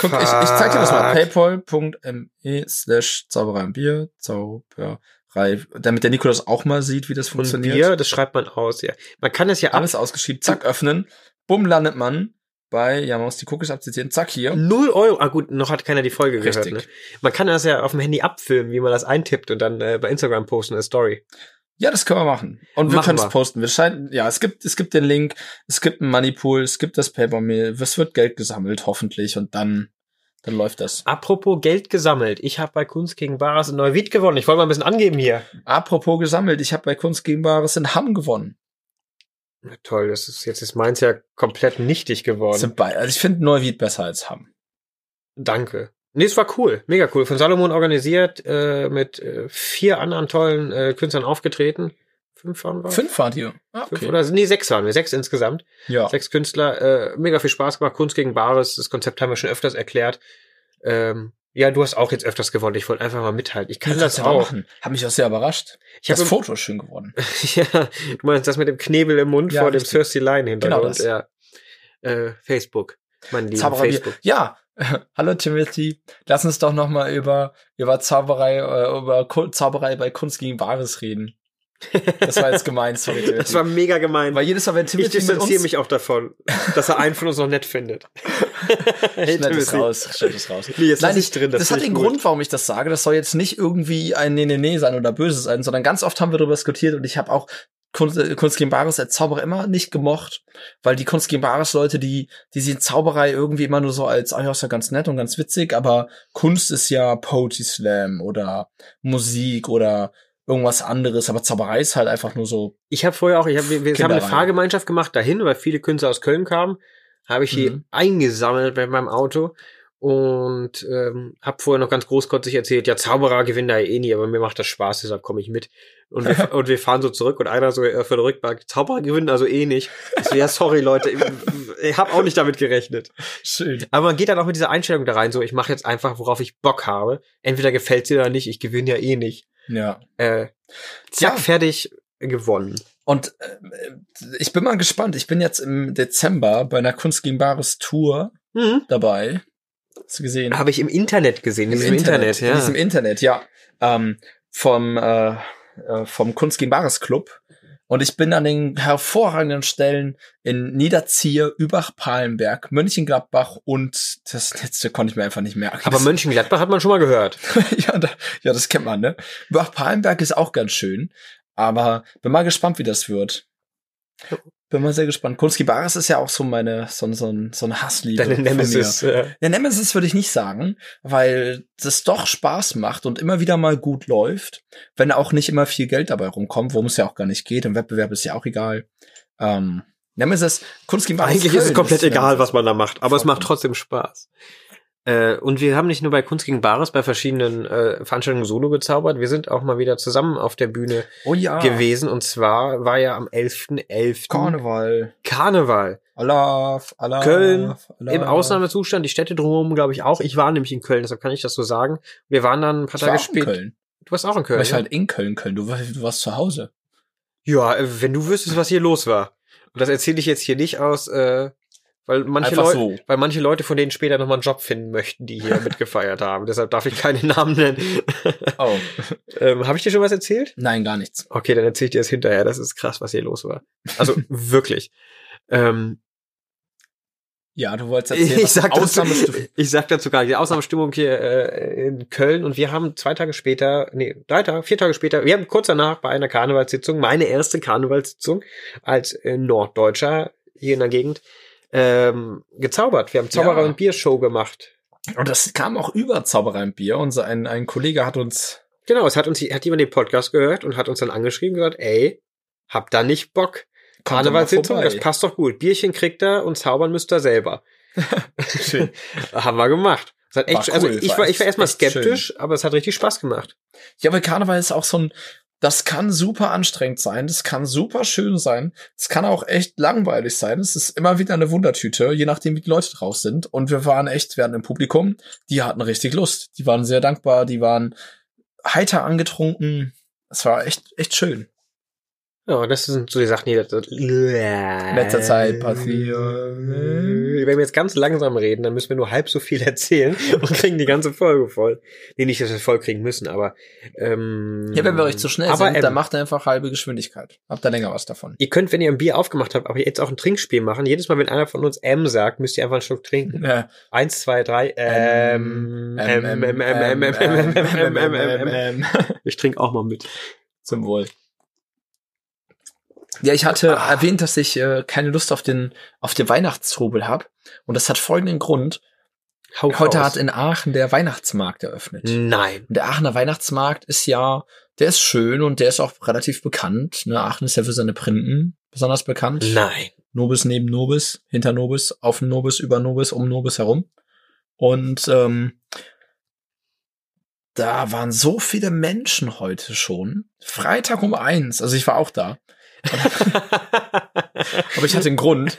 S2: Guck, ich, ich zeig dir das mal.
S1: Fuck.
S2: Paypal.me slash Zauberei und Bier, Zauberei, damit der Nikolaus auch mal sieht, wie das
S1: Und
S2: funktioniert.
S1: Bier, das schreibt man aus, ja. Man kann das ja ab
S2: Alles ausgeschrieben, zack, öffnen. Bumm, landet man bei, ja, man muss die Cookies abzitieren, zack, hier.
S1: Null Euro. Ah gut, noch hat keiner die Folge
S2: Richtig.
S1: gehört. Ne? Man kann das ja auf dem Handy abfilmen, wie man das eintippt und dann äh, bei Instagram posten als Story.
S2: Ja, das können wir machen. Und wir
S1: Machen
S2: können es
S1: wir.
S2: posten. Wir scheiden, ja, es gibt, es gibt den Link, es gibt ein Moneypool, es gibt das Papermill, es wird Geld gesammelt, hoffentlich, und dann, dann läuft das.
S1: Apropos Geld gesammelt. Ich habe bei Kunst gegen Bares in Neuwied gewonnen. Ich wollte mal ein bisschen angeben hier.
S2: Apropos gesammelt, ich habe bei Kunst gegen Bares in Hamm gewonnen.
S1: Na toll, das ist jetzt ist meins ja komplett nichtig geworden.
S2: Sind bei, also ich finde Neuwied besser als Hamm.
S1: Danke. Nee, es war cool, mega cool. Von Salomon organisiert, äh, mit äh, vier anderen tollen äh, Künstlern aufgetreten. Fünf waren wir?
S2: Fünf wart ihr? Ah,
S1: Fünf
S2: okay.
S1: oder nee, sechs waren wir, sechs insgesamt.
S2: Ja.
S1: Sechs Künstler, äh, mega viel Spaß gemacht, Kunst gegen Bares, das Konzept haben wir schon öfters erklärt. Ähm, ja, du hast auch jetzt öfters gewonnen. Ich wollte einfach mal mithalten. Ich kann
S2: Kannst
S1: das
S2: du aber
S1: auch.
S2: machen. Hab mich auch sehr überrascht.
S1: Ich
S2: Das
S1: habe
S2: Foto ist schön geworden.
S1: ja, du meinst das mit dem Knebel im Mund
S2: Ja,
S1: vor
S2: richtig.
S1: dem Thirsty Line
S2: Genau
S1: Hintergrund.
S2: das.
S1: ja. äh, Facebook. Mein lieber
S2: Zauberei-
S1: Facebook.
S2: Ja, hallo Timothy. Lass uns doch noch mal über über Zauberei äh, über Ku- Zauberei bei Kunst gegen Wahres reden. Das war jetzt gemein, sorry. Timothy.
S1: Das war mega gemein.
S2: weil jedes Mal wenn
S1: ich
S2: Timothy mit
S1: distanziere
S2: uns
S1: mich auch davon, dass er einen von uns noch nett findet. hey,
S2: Schneid es
S1: Timothy.
S2: raus, schneid es raus.
S1: Nee, jetzt
S2: Nein,
S1: lass ich
S2: ich-
S1: drin.
S2: Das, hat
S1: finde
S2: den
S1: ich gut.
S2: Grund, warum ich das sage. Das soll jetzt nicht irgendwie ein Nee, nee, nee sein oder böse sein, sondern ganz oft haben wir darüber diskutiert und ich habe auch Kunst, äh, Kunst gegen Bares als Zauberer immer nicht gemocht, weil die Kunst gegen Bares Leute, die, die sehen Zauberei irgendwie immer nur so als, ah ja, ist ja ganz nett und ganz witzig, aber Kunst ist ja Poetry Slam oder Musik oder irgendwas anderes, aber Zauberei ist halt einfach nur so,
S1: Ich habe vorher auch, ich hab, wir, wir haben eine
S2: Kinderreihe.
S1: Fahrgemeinschaft gemacht dahin, weil viele Künstler aus Köln kamen. Habe ich die
S2: Mhm.
S1: eingesammelt bei meinem Auto und ähm, habe vorher noch ganz großkotzig erzählt, ja, Zauberer gewinnen da eh nie, aber mir macht das Spaß, deshalb komme ich mit. Und wir, und wir fahren so zurück und einer so äh, für den Rückbank, Zauberer gewinnen also eh nicht. Ich so, ja, sorry, Leute, ich, ich habe auch nicht damit gerechnet.
S2: schön.
S1: Aber man geht dann auch mit dieser Einstellung da rein, so ich mache jetzt einfach, worauf ich Bock habe. Entweder gefällt's dir oder nicht, ich gewinne ja eh nicht.
S2: Ja.
S1: Äh, zack,
S2: Ja.
S1: fertig, gewonnen.
S2: Und äh, ich bin mal gespannt. Ich bin jetzt im Dezember bei einer Kunst gegen Bares Tour
S1: Mhm.
S2: dabei. Hast du gesehen?
S1: Habe ich im Internet gesehen, in diesem Internet,
S2: In
S1: ja.
S2: diesem Internet, ja. Ähm, vom, äh, äh, vom Kunst gegen Bares Club. Und ich bin an den hervorragenden Stellen in Niederzier, Übach-Palenberg, Mönchengladbach und das letzte konnte ich mir einfach nicht merken.
S1: Aber Mönchengladbach hat man schon mal gehört.
S2: ja, da, ja, das kennt man, ne? Übach-Palenberg ist auch ganz schön. Aber bin mal gespannt, wie das wird. Bin mal sehr gespannt. Kunst gegen Bares ist ja auch so meine, so, so, so eine Hassliebe.
S1: Deine
S2: von mir.
S1: Nemesis. äh,
S2: Ja, Nemesis würde ich nicht sagen, weil das doch Spaß macht und immer wieder mal gut läuft, wenn auch nicht immer viel Geld dabei rumkommt, worum es ja auch gar nicht geht. Im Wettbewerb ist ja auch egal. Ähm, Nemesis, Kunst gegen Bares
S1: Eigentlich ist es
S2: Köln
S1: komplett egal,
S2: Nemesis.
S1: was man da macht, aber es macht
S2: Vollkommen.
S1: trotzdem Spaß. Äh, und wir haben nicht nur bei Kunst gegen Bares bei verschiedenen äh, Veranstaltungen solo gezaubert, wir sind auch mal wieder zusammen auf der Bühne
S2: Oh ja,
S1: gewesen. Und zwar war ja am 11.11.
S2: Karneval.
S1: Karneval.
S2: Alaf, Alaf.
S1: Köln
S2: Alaf.
S1: Im Ausnahmezustand, die Städte drumherum, glaube ich, auch. Ich war nämlich in Köln, deshalb kann ich das so sagen. Wir waren dann ein paar
S2: Ich war
S1: Tage
S2: auch in
S1: später.
S2: Köln.
S1: Du warst auch in Köln.
S2: War ich
S1: ne?
S2: halt in Köln, Köln. Du, warst- du warst zu Hause.
S1: Ja, äh, wenn du wüsstest, was hier los war. Und das erzähle ich jetzt hier nicht aus, äh, weil manche
S2: Einfach
S1: Leute,
S2: so.
S1: weil manche Leute von denen später nochmal einen Job finden möchten, die hier mitgefeiert haben. Deshalb darf ich keine Namen nennen.
S2: Oh.
S1: ähm, Habe ich dir schon was erzählt?
S2: Nein, gar nichts.
S1: Okay, dann erzähle ich dir das hinterher. Das ist krass, was hier los war. Also wirklich. Ähm,
S2: Ja, du wolltest erzählen,
S1: ich,
S2: was
S1: sag dazu,
S2: Ausnahmestufe-
S1: ich sag dazu gar nicht. Die Ausnahmestimmung hier äh, in Köln und wir haben zwei Tage später, nee, drei Tage, vier Tage später, wir haben kurz danach bei einer Karnevalssitzung, meine erste Karnevalssitzung als äh, Norddeutscher hier in der Gegend, ähm, gezaubert. Wir haben Zauberer-
S2: Ja.
S1: und Biershow gemacht.
S2: Und das kam auch über Zauberer im Bier. Unser ein, ein Kollege hat uns
S1: Genau, es hat uns, hat jemand den Podcast gehört und hat uns dann angeschrieben und gesagt, ey, habt da nicht Bock.
S2: Kommt doch mal
S1: Karnevalssitzung,
S2: vorbei.
S1: das passt doch gut. Bierchen kriegt er und zaubern müsst ihr selber.
S2: Schön.
S1: Haben wir gemacht. Es hat
S2: War
S1: echt,
S2: cool,
S1: also ich
S2: war
S1: war, ich
S2: echt-
S1: war erstmal
S2: echt schön.
S1: skeptisch, aber es hat richtig Spaß gemacht.
S2: Ja, aber Karneval ist auch so ein, das kann super anstrengend sein, das kann super schön sein, es kann auch echt langweilig sein, es ist immer wieder eine Wundertüte, je nachdem, wie die Leute drauf sind. Und wir waren echt, wir hatten im Publikum, die hatten richtig Lust, die waren sehr dankbar, die waren heiter angetrunken, es war echt, echt schön.
S1: Ja, und das sind so die Sachen, die in
S2: letzter Zeit passieren.
S1: Wenn wir jetzt ganz langsam reden, dann müssen wir nur halb so viel erzählen und kriegen die ganze Folge voll. Nee, nicht, dass wir es voll kriegen müssen, aber ähm,
S2: Ja, wenn wir euch zu schnell
S1: aber,
S2: sind,
S1: ähm,
S2: dann macht einfach halbe Geschwindigkeit. Habt da länger was davon.
S1: Ihr könnt, wenn ihr ein Bier aufgemacht habt, aber jetzt auch ein Trinkspiel machen. Jedes Mal, wenn einer von uns M sagt, müsst ihr einfach einen Schluck trinken.
S2: Äh,
S1: Eins, zwei, drei. Ähm, ähm, ähm, ähm, ähm, ähm, ähm, ähm, ähm, ähm, ähm.
S2: ähm.
S1: Ich trinke auch mal mit.
S2: Zum Wohl. Ja, ich hatte erwähnt, dass ich äh, keine Lust auf den, auf den Weihnachtstrubel habe. Und das hat folgenden Grund.
S1: Hau
S2: Heute
S1: raus.
S2: hat in Aachen der Weihnachtsmarkt eröffnet.
S1: Nein.
S2: Und der Aachener Weihnachtsmarkt ist ja, der ist schön und der ist auch relativ bekannt. Ne? Aachen ist ja für seine Printen besonders bekannt.
S1: Nein.
S2: Nobis neben Nobis, hinter Nobis, auf Nobis, über Nobis, um Nobis herum. Und ähm, da waren so viele Menschen heute schon. Freitag um eins, also ich war auch da, aber ich hatte einen Grund.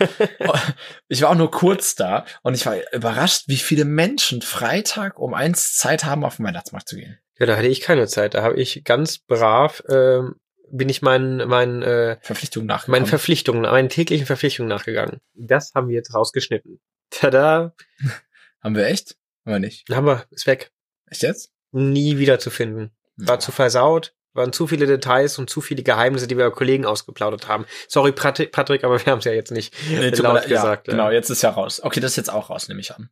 S2: Ich war auch nur kurz da und ich war überrascht, wie viele Menschen Freitag um eins Zeit haben, auf den Weihnachtsmarkt zu gehen.
S1: ja, da hatte ich keine Zeit. Da habe ich ganz brav, ähm, bin ich meinen, meinen, äh,
S2: Verpflichtung nachgekommen.
S1: meinen Verpflichtungen, meinen täglichen Verpflichtungen nachgegangen. Das haben wir jetzt rausgeschnitten. Tada,
S2: haben wir echt? Haben wir nicht.
S1: haben wir, ist weg.
S2: Echt jetzt?
S1: Nie wieder zu finden. War zu versaut, waren zu viele Details und zu viele Geheimnisse, die wir bei Kollegen ausgeplaudert haben. Sorry, Pat- Patrick, aber wir haben es ja jetzt nicht.
S2: nee, tut mir
S1: laut
S2: leid,
S1: gesagt,
S2: Ja,
S1: ja.
S2: Genau, jetzt ist ja raus. Okay, das ist jetzt auch raus, nehme ich an.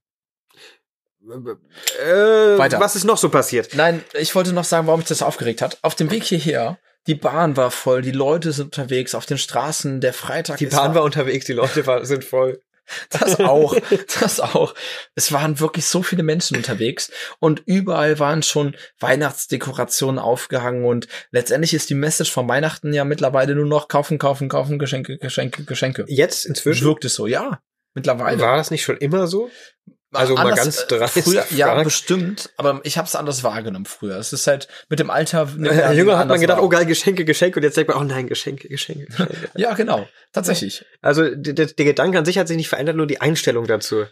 S1: Äh,
S2: Weiter.
S1: Was ist noch so passiert?
S2: Nein, ich wollte noch sagen, warum mich das aufgeregt hat. Auf dem Weg hierher, die Bahn war voll, die Leute sind unterwegs, auf den Straßen, der Freitag ist-
S1: unterwegs, die Leute war, sind voll.
S2: Das auch, das auch. Es waren wirklich so viele Menschen unterwegs und überall waren schon Weihnachtsdekorationen aufgehangen und letztendlich ist die Message von Weihnachten ja mittlerweile nur noch kaufen, kaufen, kaufen, Geschenke, Geschenke, Geschenke.
S1: Jetzt inzwischen?
S2: Wirkt es so, ja. Mittlerweile.
S1: War das nicht schon immer so? also mal ganz
S2: äh,
S1: dreist
S2: Früher, ja,
S1: gefragt.
S2: bestimmt, aber ich habe es anders wahrgenommen früher. Es ist halt mit dem Alter. nimmt
S1: Äh,
S2: man
S1: Jünger hat
S2: anders
S1: man gedacht,
S2: wahr.
S1: oh geil, Geschenke, Geschenke. Und jetzt denkt man, oh nein, Geschenke, Geschenke, Geschenke.
S2: Ja, genau. Tatsächlich.
S1: also d- d- der Gedanke an sich hat sich nicht verändert, nur die Einstellung dazu.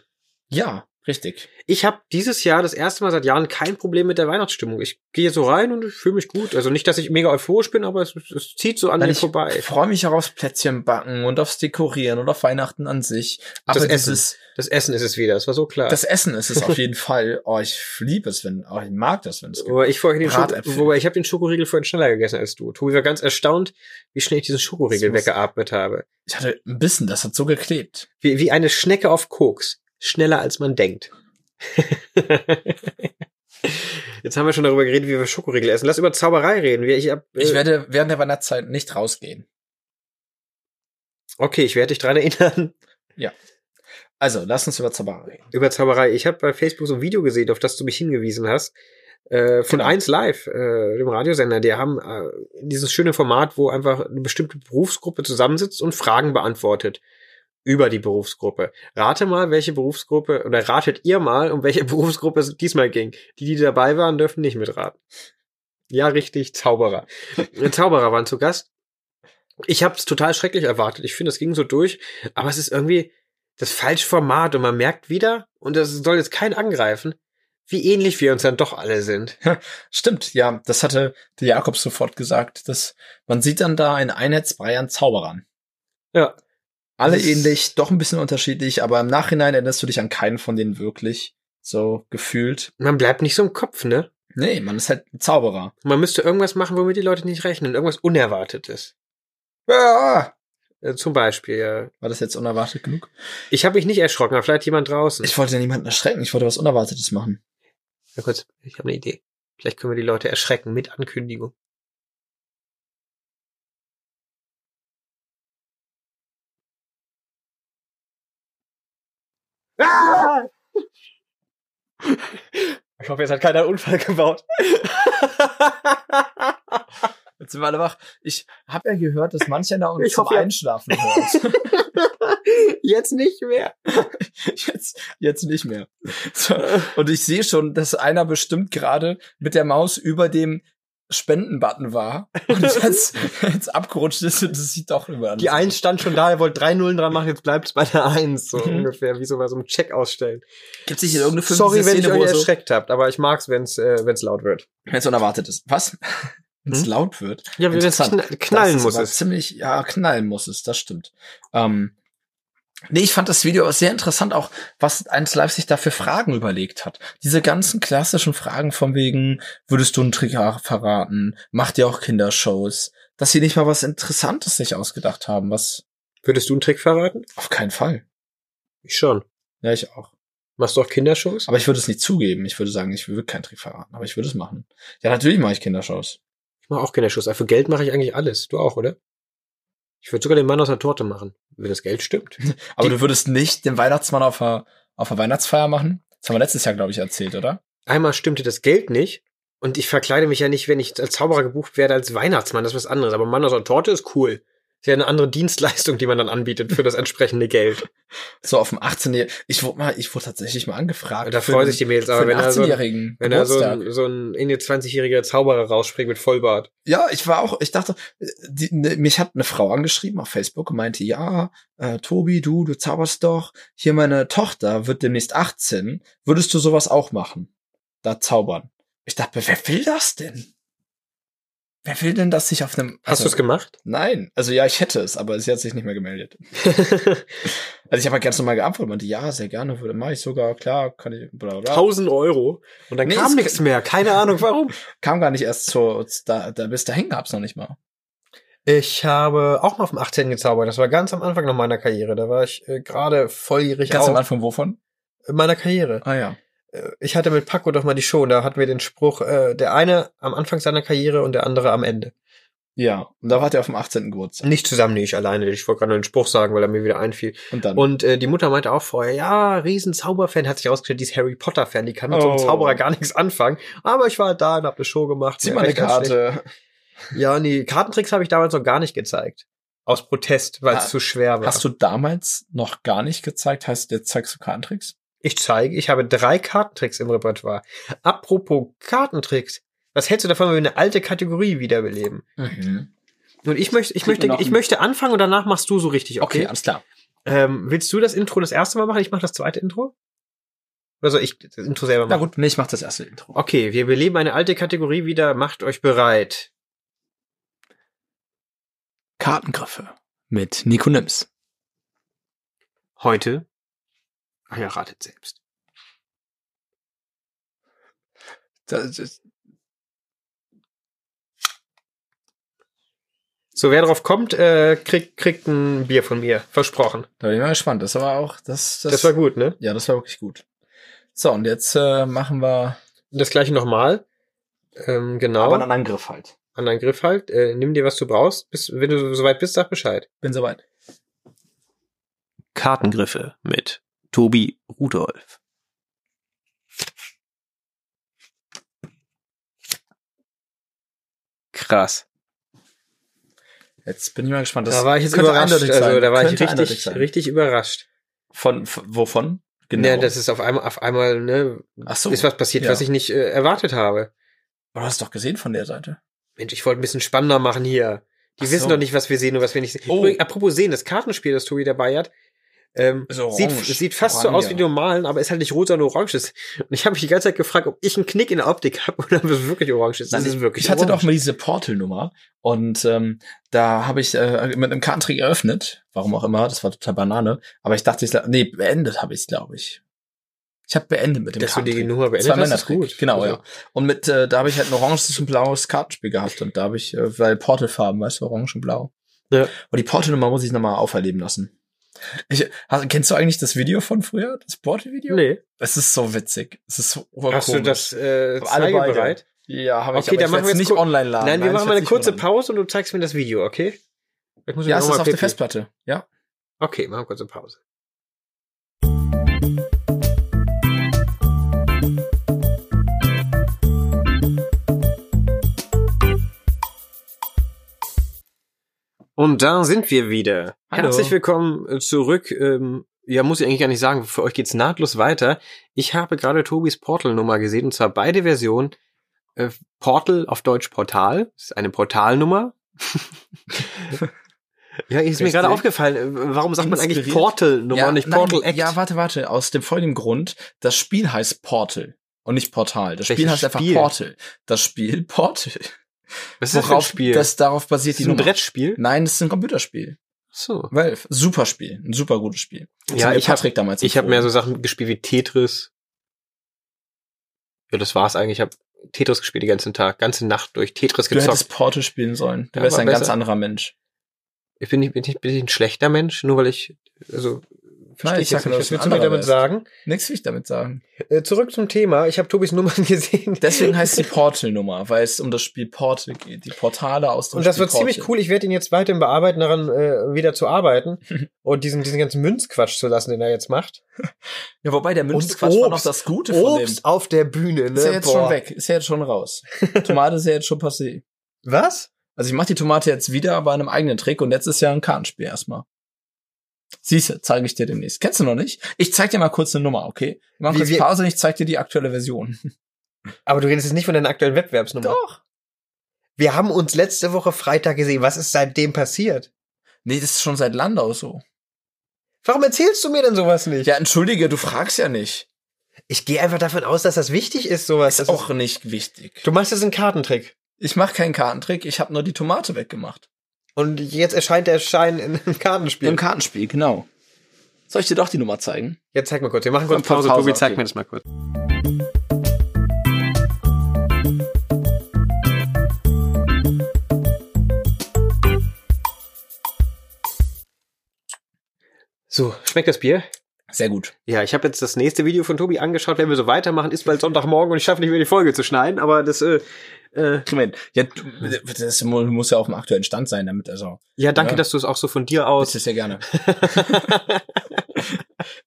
S2: Ja, richtig.
S1: Ich habe dieses Jahr das erste Mal seit Jahren kein Problem mit der Weihnachtsstimmung. Ich gehe so rein und ich fühle mich gut. Also nicht, dass ich mega euphorisch bin, aber es, es zieht so an
S2: Nein,
S1: mir
S2: ich
S1: vorbei.
S2: freue mich auch aufs Plätzchen backen und aufs Dekorieren und auf Weihnachten an sich. Aber
S1: Das Essen.
S2: dieses,
S1: Das Essen ist es wieder, das war so klar.
S2: das Essen ist es auf jeden Fall. Oh, ich liebe es, wenn, oh, ich mag das, wenn es gibt.
S1: Wobei ich vorhin den Schoko,
S2: Bratäpfel.
S1: wobei ich habe den Schokoriegel vorhin schneller gegessen als du. Tobi war ganz erstaunt, wie schnell ich diesen Schokoriegel
S2: Das muss-
S1: weggeatmet habe.
S2: Ich hatte ein bisschen, das hat so geklebt.
S1: Wie, wie eine Schnecke auf Koks. Schneller als man denkt. Jetzt haben wir schon darüber geredet, wie wir Schokoriegel essen. Lass über Zauberei reden. Wir- Ich hab, äh,
S2: Ich werde während der Weihnachtszeit nicht rausgehen.
S1: okay, ich werde dich dran erinnern.
S2: Also, lass uns über Zabara reden.
S1: Über Zauberei. Ich habe bei Facebook so ein Video gesehen, auf das du mich hingewiesen hast. Äh, von
S2: Genau.
S1: 1 Live, äh, dem Radiosender. Die haben äh, dieses schöne Format, wo einfach eine bestimmte Berufsgruppe zusammensitzt und Fragen beantwortet über die Berufsgruppe. Rate mal, welche Berufsgruppe, oder ratet ihr mal, um welche Berufsgruppe es diesmal ging. Die, die dabei waren, dürfen nicht mitraten. Ja, richtig, Zauberer. Äh, Zauberer waren zu Gast. Ich habe es total schrecklich erwartet. Ich finde, es ging so durch, aber es ist irgendwie das falsche Format und man merkt wieder, und das soll jetzt kein angreifen, wie ähnlich wir uns dann doch alle sind.
S2: Stimmt, ja, das hatte der Jakob sofort gesagt, dass man sieht dann da ein Einheitsbrei an Zauberern.
S1: Ja.
S2: Alle
S1: Das-
S2: ähnlich, doch ein bisschen unterschiedlich, aber im Nachhinein erinnerst du dich an keinen von denen wirklich so gefühlt.
S1: Man bleibt nicht so im Kopf, ne?
S2: Nee, man ist halt ein Zauberer.
S1: Man müsste irgendwas machen, womit die Leute nicht rechnen, irgendwas Unerwartetes.
S2: Ah!
S1: Äh, zum Beispiel, ja.
S2: War das jetzt unerwartet genug?
S1: Ich habe mich nicht erschrocken, aber vielleicht jemand draußen.
S2: Ich wollte ja niemanden erschrecken, ich wollte was Unerwartetes machen.
S1: ja, kurz, ich habe eine Idee. Vielleicht können wir die Leute erschrecken mit Ankündigung. Ah! Ich hoffe, jetzt hat keiner einen Unfall gebaut.
S2: Jetzt sind wir alle wach. Ich habe ja gehört, dass manche da uns
S1: Ich
S2: zum
S1: hoffe, ja.
S2: Einschlafen hören.
S1: jetzt nicht mehr.
S2: jetzt, jetzt nicht mehr. So. Und ich sehe schon, dass einer bestimmt gerade mit der Maus über dem Spendenbutton war und jetzt, jetzt abgerutscht ist und das sieht doch über
S1: Die Eins stand schon da, er wollte drei Nullen dran machen, jetzt bleibt's bei der Eins, so
S2: Mhm.
S1: ungefähr, wie so bei so einem Check ausstellen.
S2: Gibt es nicht irgendeine
S1: Sorry, wenn ich
S2: wo
S1: euch
S2: es so,
S1: erschreckt habt, aber ich mag's, wenn's, äh, wenn's laut wird.
S2: wenn es unerwartet ist. Was? Wenn es
S1: Hm?
S2: laut wird.
S1: Ja, wenn es
S2: Interessant.
S1: knall, knallen
S2: Das ist
S1: muss
S2: aber
S1: es.
S2: Ziemlich, ja, knallen muss es, das stimmt. Ähm, nee, ich fand das Video auch sehr interessant, auch was 1 Live sich da für Fragen überlegt hat. Diese ganzen klassischen Fragen von wegen, würdest du einen Trick verraten? Macht ihr auch Kindershows? Dass sie nicht mal was Interessantes sich ausgedacht haben, was
S1: Würdest du einen Trick verraten?
S2: auf keinen Fall.
S1: Ich schon.
S2: Ja, ich auch.
S1: Machst du auch Kindershows?
S2: Aber ich würde es nicht zugeben. Ich würde sagen, ich würde keinen Trick verraten, aber ich würde es machen. Ja, natürlich mache ich Kindershows.
S1: Äh, Ich mache auch Kindershows. Aber für Geld mache ich eigentlich alles. Du auch, oder? Ich würde sogar den Mann aus der Torte machen, wenn das Geld stimmt.
S2: Aber
S1: Die-
S2: du würdest nicht den Weihnachtsmann auf der, auf der Weihnachtsfeier machen? Das haben wir letztes Jahr, glaube ich, erzählt, oder?
S1: Einmal stimmte das Geld nicht. Und ich verkleide mich ja nicht, wenn ich als Zauberer gebucht werde, als Weihnachtsmann. Das ist was anderes. Aber Mann aus der Torte ist cool. Ist ja eine andere Dienstleistung, die man dann anbietet für das entsprechende Geld.
S2: So auf dem 18-Jährigen. Ich wurde mal, ich wurde tatsächlich mal angefragt.
S1: Da
S2: für
S1: freuen
S2: den-
S1: sich die Mädels.
S2: für
S1: Aber wenn
S2: den
S1: da so ein,
S2: 18-Jährigen.
S1: wenn da so
S2: Geburtstag.
S1: ein, so ein in die 20-jähriger Zauberer rausspringt mit Vollbart.
S2: Ja, ich war auch, ich dachte, die, ne, mich hat eine Frau angeschrieben auf Facebook und meinte, ja, äh, Tobi, du, du zauberst doch, hier meine Tochter wird demnächst 18, würdest du sowas auch machen? Da zaubern. Ich dachte, mir, wer will das denn? Wer will denn, dass ich auf einem...
S1: Hast du's
S2: also,
S1: du es gemacht?
S2: Nein, also ja, ich hätte es, aber sie hat sich nicht mehr gemeldet. Also ich habe halt ganz normal geantwortet, meinte, ja, sehr gerne, würde, mache ich sogar, klar, kann ich, bla, bla.
S1: 1000 Euro. Und dann
S2: Nee,
S1: kam
S2: es-
S1: nichts mehr. Keine Ahnung warum.
S2: Kam gar nicht erst zur, da, da bis dahin gab's noch nicht mal.
S1: Ich habe auch mal auf dem 18. gezaubert. Das war ganz am Anfang noch meiner Karriere. Da war ich äh, gerade volljährig
S2: Ganz am
S1: auch.
S2: Anfang wovon?
S1: meiner Karriere.
S2: Ah ja.
S1: Äh, Ich hatte mit Paco doch mal die Show. und Da hatten wir den Spruch, äh, der eine am Anfang seiner Karriere und der andere am Ende.
S2: Ja, und da war der auf dem 18. Geburtstag.
S1: Nicht zusammen, nee, ich alleine. Ich wollte gerade nur den Spruch sagen, weil er mir wieder einfiel.
S2: Und dann.
S1: Und äh, die Mutter meinte auch vorher, ja, riesen Zauberfan, hat sich rausgestellt, die ist Harry Potter-Fan. Die kann mit so einem
S2: Oh.
S1: Zauberer gar nichts anfangen. Aber ich war halt da und habe eine Show gemacht.
S2: zieh
S1: Ja,
S2: mal eine
S1: echt ganz schlecht.
S2: Karte.
S1: Ja, nee, Kartentricks habe ich damals noch gar nicht gezeigt. Aus Protest, weil
S2: Ah,
S1: es zu schwer war.
S2: Hast du damals noch gar nicht gezeigt? Heißt, jetzt zeigst du Kartentricks?
S1: Ich zeige, ich habe drei Kartentricks im Repertoire. Apropos Kartentricks, was hältst du davon, wenn wir eine alte Kategorie wiederbeleben? Und ich möchte, ich
S2: Krieg mir
S1: möchte,
S2: noch
S1: ich
S2: einen.
S1: möchte anfangen und danach machst du so richtig,
S2: Okay,
S1: okay?
S2: alles klar.
S1: Ähm, willst du das Intro das erste Mal machen? Ich mache das zweite Intro? Oder soll ich das Intro selber
S2: Na
S1: machen?
S2: gut, nee, ich mach das erste Intro.
S1: Okay, wir beleben eine alte Kategorie wieder. Macht euch bereit.
S2: Kartengriffe mit Nico Nims.
S1: Heute. Ach ja, ratet selbst.
S2: Das ist
S1: So, wer drauf kommt, äh, kriegt, kriegt ein Bier von mir. Versprochen.
S2: Da bin ich mal gespannt. Das war auch, das, das,
S1: Das, war gut, ne?
S2: ja, das war wirklich gut. So, und jetzt äh, machen wir
S1: Und Das gleiche nochmal. Ähm, genau.
S2: Angriff halt.
S1: an deinen Griff halt. Äh, nimm dir, was du brauchst. Bis, wenn du soweit bist, sag Bescheid.
S2: Bin soweit.
S1: Kartengriffe mit Tobi Rudolf. Krass.
S2: Jetzt bin ich mal gespannt.
S1: Da war ich jetzt
S2: könnte
S1: überrascht.
S2: eindeutig
S1: Also
S2: sein.
S1: da war ich
S2: Könnte eindeutig
S1: richtig,
S2: sein.
S1: richtig überrascht.
S2: Von, f- wovon?
S1: Genau. Ja, das ist auf einmal, auf einmal ne,
S2: Ach so.
S1: ist was passiert,
S2: Ja.
S1: was ich nicht äh, erwartet habe.
S2: Aber du hast doch gesehen von der Seite.
S1: Mensch, ich wollte ein bisschen spannender machen hier. Die
S2: Ach
S1: wissen
S2: so.
S1: doch nicht, was wir sehen und was wir nicht sehen.
S2: Oh.
S1: Übrigens, apropos sehen, das Kartenspiel, das Tobi dabei hat, ähm,
S2: Ist orange.
S1: sieht, es sieht fast so
S2: Orange.
S1: aus wie die normalen, aber ist halt nicht rosa und orange. ist. Und ich habe mich die ganze Zeit gefragt, ob ich einen Knick in der Optik habe oder ob es wirklich orange ist.
S2: Nein,
S1: es ist wirklich
S2: ich hatte
S1: orange.
S2: doch mal diese Portal-Nummer und ähm, da habe ich äh, mit einem Kartentrick eröffnet, warum auch immer, das war total Banane, aber ich dachte, ich, nee, beendet habe ich es, glaube ich. Ich habe beendet mit dem
S1: Dass du die
S2: Kartentrick.
S1: Nummer beendet
S2: Das war
S1: hast,
S2: mein
S1: ist gut.
S2: Trick, Genau,
S1: Also,
S2: ja. Und mit, äh, da habe ich halt ein oranges und blaues Kartenspiel gehabt und da habe ich, äh, weil Portalfarben, weißt du, orange und blau.
S1: Ja.
S2: Und die Portal-Nummer muss ich nochmal auferleben lassen. Ich, hast, kennst du eigentlich das Video von früher? Das Portal-Video?
S1: Nee.
S2: Es ist so witzig. Es ist so
S1: Hast du
S2: urkomisch.
S1: das äh,
S2: Aber alle Ah, beide.
S1: zeigebereit?
S2: Ja, habe ich,
S1: Okay,
S2: aber
S1: dann machen
S2: ich
S1: wir
S2: werd's
S1: jetzt
S2: nicht
S1: kurz-
S2: online laden.
S1: Nein, wir
S2: ich
S1: machen mal
S2: werd's
S1: eine
S2: nicht
S1: kurze
S2: online laden.
S1: Pause und du zeigst mir das Video, okay? Ich muss
S2: Ja,
S1: mir
S2: es
S1: noch
S2: ist
S1: mal
S2: auf der
S1: pipi.
S2: Festplatte. Ja.
S1: Okay, machen wir kurze Pause. Und da sind wir wieder.
S2: Hallo.
S1: Herzlich willkommen äh, zurück. Ähm, ja, muss ich eigentlich gar nicht sagen, für euch geht's nahtlos weiter. Ich habe gerade Tobis Portal-Nummer gesehen, und zwar beide Versionen. Äh, Portal auf Deutsch Portal. Das ist eine Portalnummer. ja, ist mir
S2: Richtig.
S1: gerade aufgefallen. Äh, Warum sagt man eigentlich
S2: Inspiriert.
S1: Portal-Nummer, und nicht
S2: nein,
S1: Portal Act?
S2: Ja, warte, warte. Aus dem folgenden Grund, das Spiel heißt Portal und nicht Portal. Das Spiel
S1: Welches
S2: heißt einfach
S1: Spiel?
S2: Portal. Das Spiel Portal.
S1: was ist das für ein
S2: Worauf
S1: Spiel?
S2: das darauf
S1: ist
S2: basiert die
S1: das ein
S2: Nummer.
S1: Brettspiel?
S2: Nein, das ist ein Computerspiel.
S1: So.
S2: Valve, super Spiel, ein super gutes Spiel. Das
S1: Ja,
S2: hat mir
S1: ich hab-
S2: Also Patrick damals.
S1: Ich habe mehr
S2: empfohlen.
S1: so Sachen gespielt wie Tetris. Ja, das war's eigentlich. Ich habe Tetris gespielt den ganzen Tag, ganze Nacht durch Tetris
S2: Du
S1: gezockt.
S2: hättest Portal spielen sollen. Du
S1: Ja,
S2: wärst
S1: war
S2: ein ganz
S1: besser.
S2: anderer Mensch.
S1: Ich bin nicht, bin, nicht, bin ich ein schlechter Mensch, nur weil ich also
S2: Nein,
S1: Verstehe
S2: ich
S1: ich jetzt nicht.
S2: sag nur,
S1: Was
S2: dass
S1: willst du
S2: ein
S1: mir
S2: anderer
S1: damit
S2: ist.
S1: sagen?
S2: Nichts will ich damit sagen.
S1: Äh, zurück zum Thema. Ich habe Tobis Nummern gesehen.
S2: Deswegen heißt sie Portal-Nummer, weil es um das Spiel Portal geht. Die Portale aus dem
S1: Und das
S2: Spiel
S1: wird ziemlich
S2: Portal.
S1: cool. Ich werde ihn jetzt weiterhin bearbeiten, daran äh, wieder zu arbeiten und diesen, diesen ganzen Münzquatsch zu lassen, den er jetzt macht.
S2: Ja, wobei der Münzquatsch
S1: Und
S2: war noch
S1: Obst.
S2: das Gute von dem.
S1: Obst auf der Bühne, ne?
S2: Ist ja jetzt
S1: Boah.
S2: schon weg, ist ja jetzt schon raus. Tomate ist ja jetzt schon passé.
S1: Was?
S2: Also ich mache die Tomate jetzt wieder bei einem eigenen Trick und jetzt ist ja ein Kartenspiel erstmal. Siehste, zeige ich dir demnächst. Kennst du noch nicht? Ich zeig dir mal kurz eine Nummer, okay? Wir machen
S1: Wie
S2: kurz
S1: wir-
S2: Pause und ich zeig dir die aktuelle Version.
S1: Aber du redest jetzt nicht von deiner aktuellen Wettbewerbsnummer.
S2: Doch.
S1: Wir haben uns letzte Woche Freitag gesehen. Was ist seitdem passiert?
S2: Nee, das ist schon seit Landau so.
S1: Warum erzählst du mir denn sowas nicht?
S2: Ja, entschuldige, du fragst ja nicht.
S1: Ich gehe einfach davon aus, dass das wichtig ist, sowas. Das
S2: Ist auch nicht wichtig.
S1: ist, du machst jetzt einen Kartentrick.
S2: Ich mache keinen Kartentrick, ich habe nur die Tomate weggemacht.
S1: Und jetzt erscheint der Schein in einem Kartenspiel.
S2: Im Kartenspiel, genau. Soll ich dir doch die Nummer zeigen?
S1: Jetzt zeig mal kurz. Wir machen kurz
S2: Komm,
S1: Pause.
S2: Pause, Pause,
S1: Tobi,
S2: okay.
S1: zeig mir das mal kurz. So, schmeckt das Bier?
S2: Sehr gut.
S1: Ja, ich habe jetzt das nächste Video von Tobi angeschaut. Wenn wir so weitermachen, ist bald Sonntagmorgen und ich schaffe nicht mehr die Folge zu schneiden. Aber das, äh, äh,
S2: Moment, ja, du, das mu- muss ja auf dem aktuellen Stand sein, damit, also,
S1: ja, danke,
S2: Ja.
S1: dass du es auch so von dir
S2: das
S1: aus.
S2: ist ja gerne.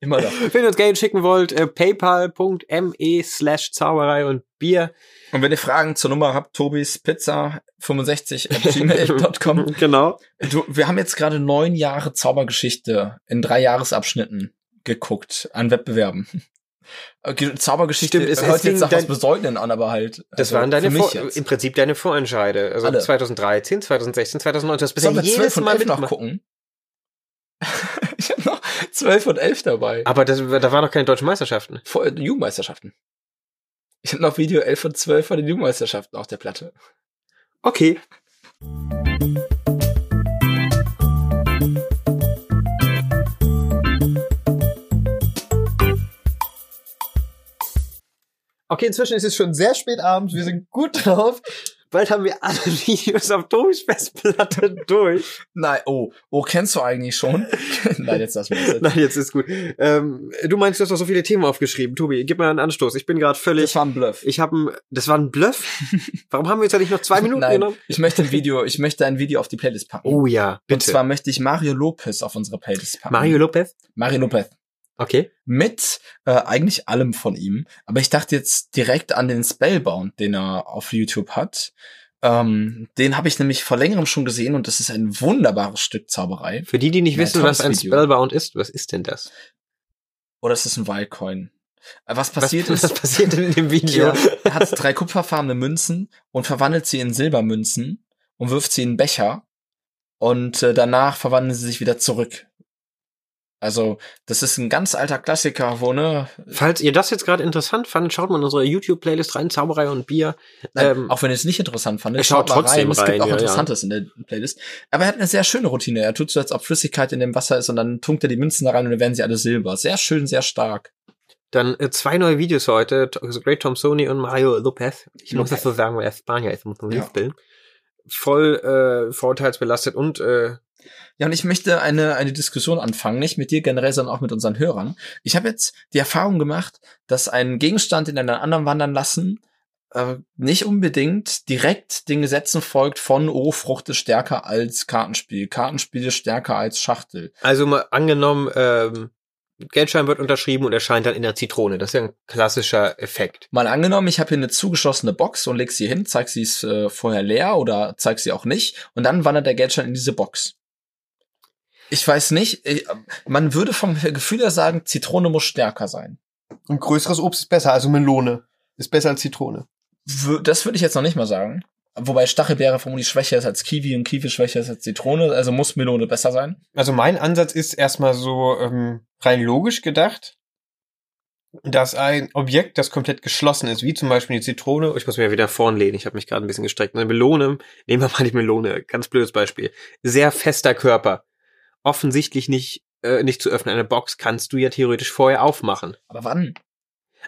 S2: Immer doch.
S1: Wenn ihr uns Geld schicken wollt, äh, paypal.me slash Zauberei und Bier.
S2: Und wenn ihr Fragen zur Nummer habt, Tobis Pizza 65 at gmail.com.
S1: Genau.
S2: Du, wir haben jetzt gerade neun Jahre Zaubergeschichte in drei Jahresabschnitten geguckt an Wettbewerben. Okay, Zaubergeschichte
S1: Stimmt, es-
S2: hört
S1: es
S2: jetzt
S1: ging
S2: nach
S1: dein-
S2: was Bedeutenden an, aber halt.
S1: Das
S2: also
S1: waren deine
S2: für mich
S1: Vor
S2: jetzt.
S1: im Prinzip deine Vorentscheide. Also
S2: Alle.
S1: 2013, 2016, 2019. Das bist
S2: Sollen
S1: ja
S2: wir
S1: jedes
S2: 12 und
S1: Mal
S2: 11 noch
S1: mitmachen.
S2: gucken? ich habe noch 12 und 11 dabei.
S1: Aber das, da waren noch keine deutschen Meisterschaften.
S2: Vor äh, Jugendmeisterschaften. Ich habe noch Video 11 und 12 von den Jugendmeisterschaften auf der Platte.
S1: Okay. Okay, inzwischen ist es schon sehr spät abends. Wir sind gut drauf. Bald haben wir alle Videos auf Tobis Festplatte durch.
S2: Nein, oh, oh, kennst du eigentlich schon? Nein, jetzt lass mich das.
S1: Nein, jetzt ist gut. Ähm, du meinst, du hast doch so viele Themen aufgeschrieben. Tobi, gib mal einen Anstoß. Ich bin gerade
S2: Das
S1: völlig.
S2: war ein Bluff.
S1: Ich habe Das war ein Bluff. Warum haben wir jetzt ja nicht noch zwei Minuten
S2: Nein,
S1: genommen?
S2: ich möchte ein Video, ich möchte ein Video auf die Playlist packen.
S1: Oh ja,
S2: Und
S1: bitte.
S2: zwar möchte ich Mario Lopez auf unsere Playlist packen.
S1: Mario Lopez?
S2: Mario Lopez.
S1: Okay.
S2: Mit äh, eigentlich allem von ihm. Aber ich dachte jetzt direkt an den Spellbound, den er auf YouTube hat. Ähm, den habe ich nämlich vor längerem schon gesehen und das ist ein wunderbares Stück Zauberei.
S1: Für die, die nicht
S2: Ja,
S1: wissen, was ein
S2: tolles Video.
S1: Spellbound ist, was ist denn das?
S2: Oder ist es ein Wildcoin? Äh, Was passiert
S1: was,
S2: ist,
S1: was passiert denn in dem Video?
S2: er hat drei kupferfarbene Münzen und verwandelt sie in Silbermünzen und wirft sie in einen Becher und äh, danach verwandeln sie sich wieder zurück. Also, das ist ein ganz alter Klassiker, wo, ne,
S1: Falls ihr das jetzt gerade interessant fandet, schaut mal in unsere YouTube-Playlist rein, Zauberei und Bier.
S2: Nein,
S1: Ähm,
S2: auch wenn ihr es nicht interessant fandet,
S1: er schaut trotzdem
S2: Es gibt
S1: rein,
S2: auch
S1: ja, ja.
S2: Interessantes in der Playlist. Aber er hat eine sehr schöne Routine. Er tut so, als ob Flüssigkeit in dem Wasser ist und dann tunkt er die Münzen da rein und dann werden sie alle silber. Sehr schön, sehr stark.
S1: Dann äh, zwei neue Videos heute, To- Great Tom Sony und Mario Lopez. Ich muss
S2: Lopez.
S1: das so sagen, weil er Spanier ist, muss man
S2: Ja.
S1: nicht bilden. Voll äh, vorurteilsbelastet und äh,
S2: Ja, und ich möchte eine, eine Diskussion anfangen, nicht mit dir generell, sondern auch mit unseren Hörern. Ich habe jetzt die Erfahrung gemacht, dass ein Gegenstand den einen anderen wandern lassen äh, nicht unbedingt direkt den Gesetzen folgt von, oh, Frucht ist stärker als Kartenspiel, Kartenspiel ist stärker als Schachtel.
S1: also mal angenommen, ähm, Geldschein wird unterschrieben und erscheint dann in der Zitrone. Das ist ja ein klassischer Effekt.
S2: Mal angenommen, ich habe hier eine zugeschossene Box und leg sie hin, zeig sie es äh, vorher leer oder zeig sie auch nicht und dann wandert der Geldschein in diese Box. Ich weiß nicht, ich, man würde vom Gefühl her sagen, Zitrone muss stärker sein.
S1: Und größeres Obst ist besser, also Melone ist besser als Zitrone.
S2: Wür- das würde ich jetzt noch nicht mal sagen. Wobei Stachelbeere vermutlich schwächer ist als Kiwi und Kiwi schwächer ist als Zitrone, also muss Melone besser sein.
S1: Also mein Ansatz ist erstmal so ähm, rein logisch gedacht, dass ein Objekt, das komplett geschlossen ist, wie zum Beispiel die Zitrone, ich muss mir wieder vorn lehnen, ich habe mich gerade ein bisschen gestreckt, eine Melone, nehmen wir mal die Melone, ganz blödes Beispiel, sehr fester Körper, offensichtlich nicht, äh, nicht zu öffnen. Eine Box kannst du ja theoretisch vorher aufmachen.
S2: Aber wann?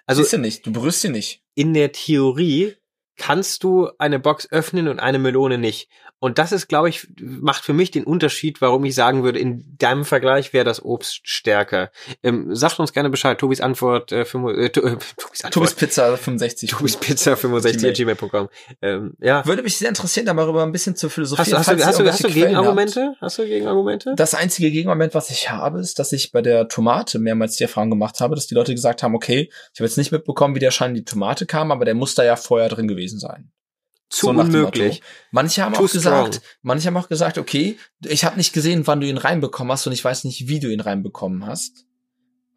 S1: Also
S2: Siehst du nicht, du berührst sie nicht.
S1: in der Theorie kannst du eine Box öffnen und eine Melone nicht. Und das ist, glaube ich, macht für mich den Unterschied, warum ich sagen würde, in deinem Vergleich wäre das Obst stärker. Ähm, sagt uns gerne Bescheid. Tobis Antwort, äh, fünf- äh, To- äh, Tobis Antwort.
S2: Tobis Pizza 65.
S1: Tobis Pizza 65 gmail.com. Ähm, ja.
S2: Würde mich sehr interessieren, darüber ein bisschen zu
S1: Hast,
S2: philosophieren.
S1: du- hast,
S2: falls
S1: du,
S2: ihr
S1: hast, du, hast du
S2: irgendwelche Quellen habt.
S1: Gegenargumente? Hast du Gegenargumente?
S2: Das einzige Gegenargument, was ich habe, ist, dass ich bei der Tomate mehrmals die Erfahrung gemacht habe, dass die Leute gesagt haben, okay, ich habe jetzt nicht mitbekommen, wie der Schein in die Tomate kam, aber der muss da ja vorher drin gewesen sein.
S1: Zu
S2: nach dem
S1: unmöglich.
S2: Motto. Manche haben
S1: Too
S2: auch gesagt,
S1: strong.
S2: manche haben auch gesagt, okay, ich habe nicht gesehen, wann du ihn reinbekommen hast und ich weiß nicht, wie du ihn reinbekommen hast.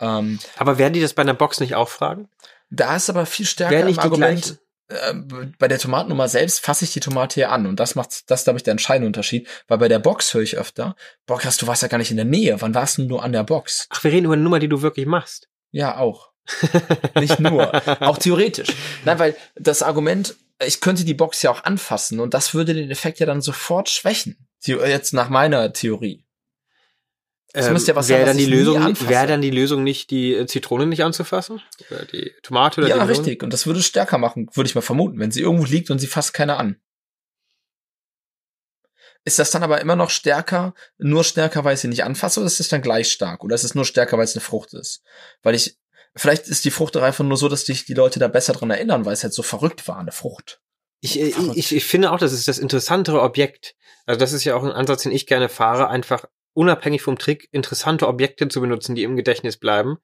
S2: Ähm,
S1: Aber werden die das bei einer Box nicht auch fragen?
S2: da ist aber viel stärker
S1: Werden
S2: im
S1: nicht die
S2: Argument,
S1: gleichen?
S2: äh, bei der Tomatennummer selbst fasse ich die Tomate hier an und das macht, das ist, glaube ich, der entscheidende Unterschied, weil bei der Box höre ich öfter, Bock hast, du warst ja gar nicht in der Nähe, wann warst du nur an der Box?
S1: Ach, wir reden über eine Nummer, die du wirklich machst.
S2: Ja, auch. Nicht nur, auch theoretisch. Nein, weil das Argument, ich könnte die Box ja auch anfassen und das würde den Effekt ja dann sofort schwächen. Theo- Jetzt nach meiner Theorie. das müsste ja was sein,
S1: wäre Ähm,
S2: was
S1: dann die
S2: ich nie
S1: Lösung,
S2: anfasse.
S1: wäre dann die Lösung nicht die äh, Zitrone nicht anzufassen oder die Tomate oder
S2: ja,
S1: die Melone?
S2: richtig. Und das würde es stärker machen, würde ich mal vermuten, wenn sie irgendwo liegt und sie fasst keine an. Ist das dann aber immer noch stärker, nur stärker, weil ich sie nicht anfasse, oder ist es dann gleich stark? Oder ist es nur stärker, weil es eine Frucht ist? Weil ich, vielleicht ist die Fruchtreife nur so, dass sich die Leute da besser dran erinnern, weil es halt so verrückt war, eine Frucht.
S1: Ich, äh, ich, ich finde auch, das ist das interessantere Objekt. Also das ist ja auch ein Ansatz, den ich gerne fahre, einfach unabhängig vom Trick interessante Objekte zu benutzen, die im Gedächtnis bleiben.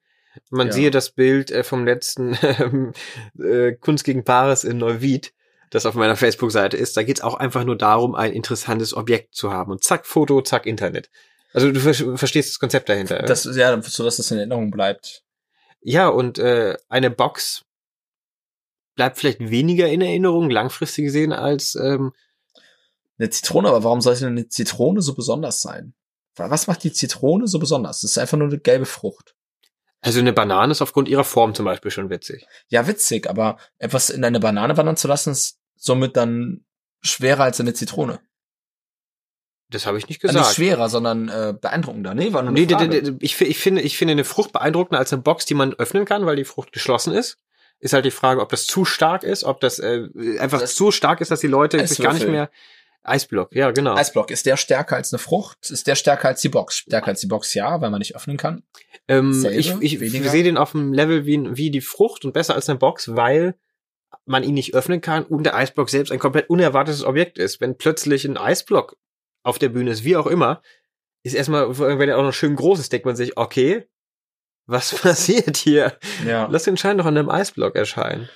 S1: Man
S2: Ja.
S1: siehe das Bild äh, vom letzten ähm, äh, Kunst gegen Paris in Neuwied, das auf meiner Facebook-Seite ist. Da geht's auch einfach nur darum, ein interessantes Objekt zu haben. Und zack, Foto, zack, Internet. Also du ver verstehst das Konzept dahinter.
S2: Das, ja, so dass das in Erinnerung bleibt.
S1: Ja, und äh, eine Box bleibt vielleicht weniger in Erinnerung, langfristig gesehen, als ähm,
S2: Eine Zitrone, aber warum sollte eine Zitrone so besonders sein? Wa- Was macht die Zitrone so besonders? Das ist einfach nur eine gelbe Frucht.
S1: also eine Banane ist aufgrund ihrer Form zum Beispiel schon witzig.
S2: Ja, witzig, aber etwas in eine Banane wandern zu lassen, ist somit dann schwerer als eine Zitrone.
S1: Das habe ich nicht
S2: Äh, Nicht
S1: gesagt.
S2: schwerer, sondern äh, beeindruckender. Nee, war nur eine
S1: Nee, d-
S2: Frage.
S1: d- d- ich, fi- ich, finde, ich finde eine Frucht beeindruckender als eine Box, die man öffnen kann, weil die Frucht geschlossen ist. Ist halt die Frage, ob das zu stark ist, ob das äh, einfach
S2: Das-
S1: so stark ist, dass die Leute sich gar nicht
S2: Eiswürfel.
S1: mehr. Eisblock, ja, genau.
S2: Eisblock, ist der stärker als eine Frucht? Ist der stärker als die Box? Stärker als die Box, ja, weil man nicht öffnen kann.
S1: Ähm,
S2: Selbe,
S1: ich ich
S2: weniger?
S1: sehe den auf dem Level wie, wie die Frucht und besser als eine Box, weil man ihn nicht öffnen kann und der Eisblock selbst ein komplett unerwartetes Objekt ist. Wenn plötzlich ein Eisblock auf der Bühne ist, wie auch immer, ist erstmal, wenn er auch noch schön groß ist, denkt man sich, okay, was passiert hier?
S2: Ja.
S1: Lass den Schein doch an einem Eisblock erscheinen.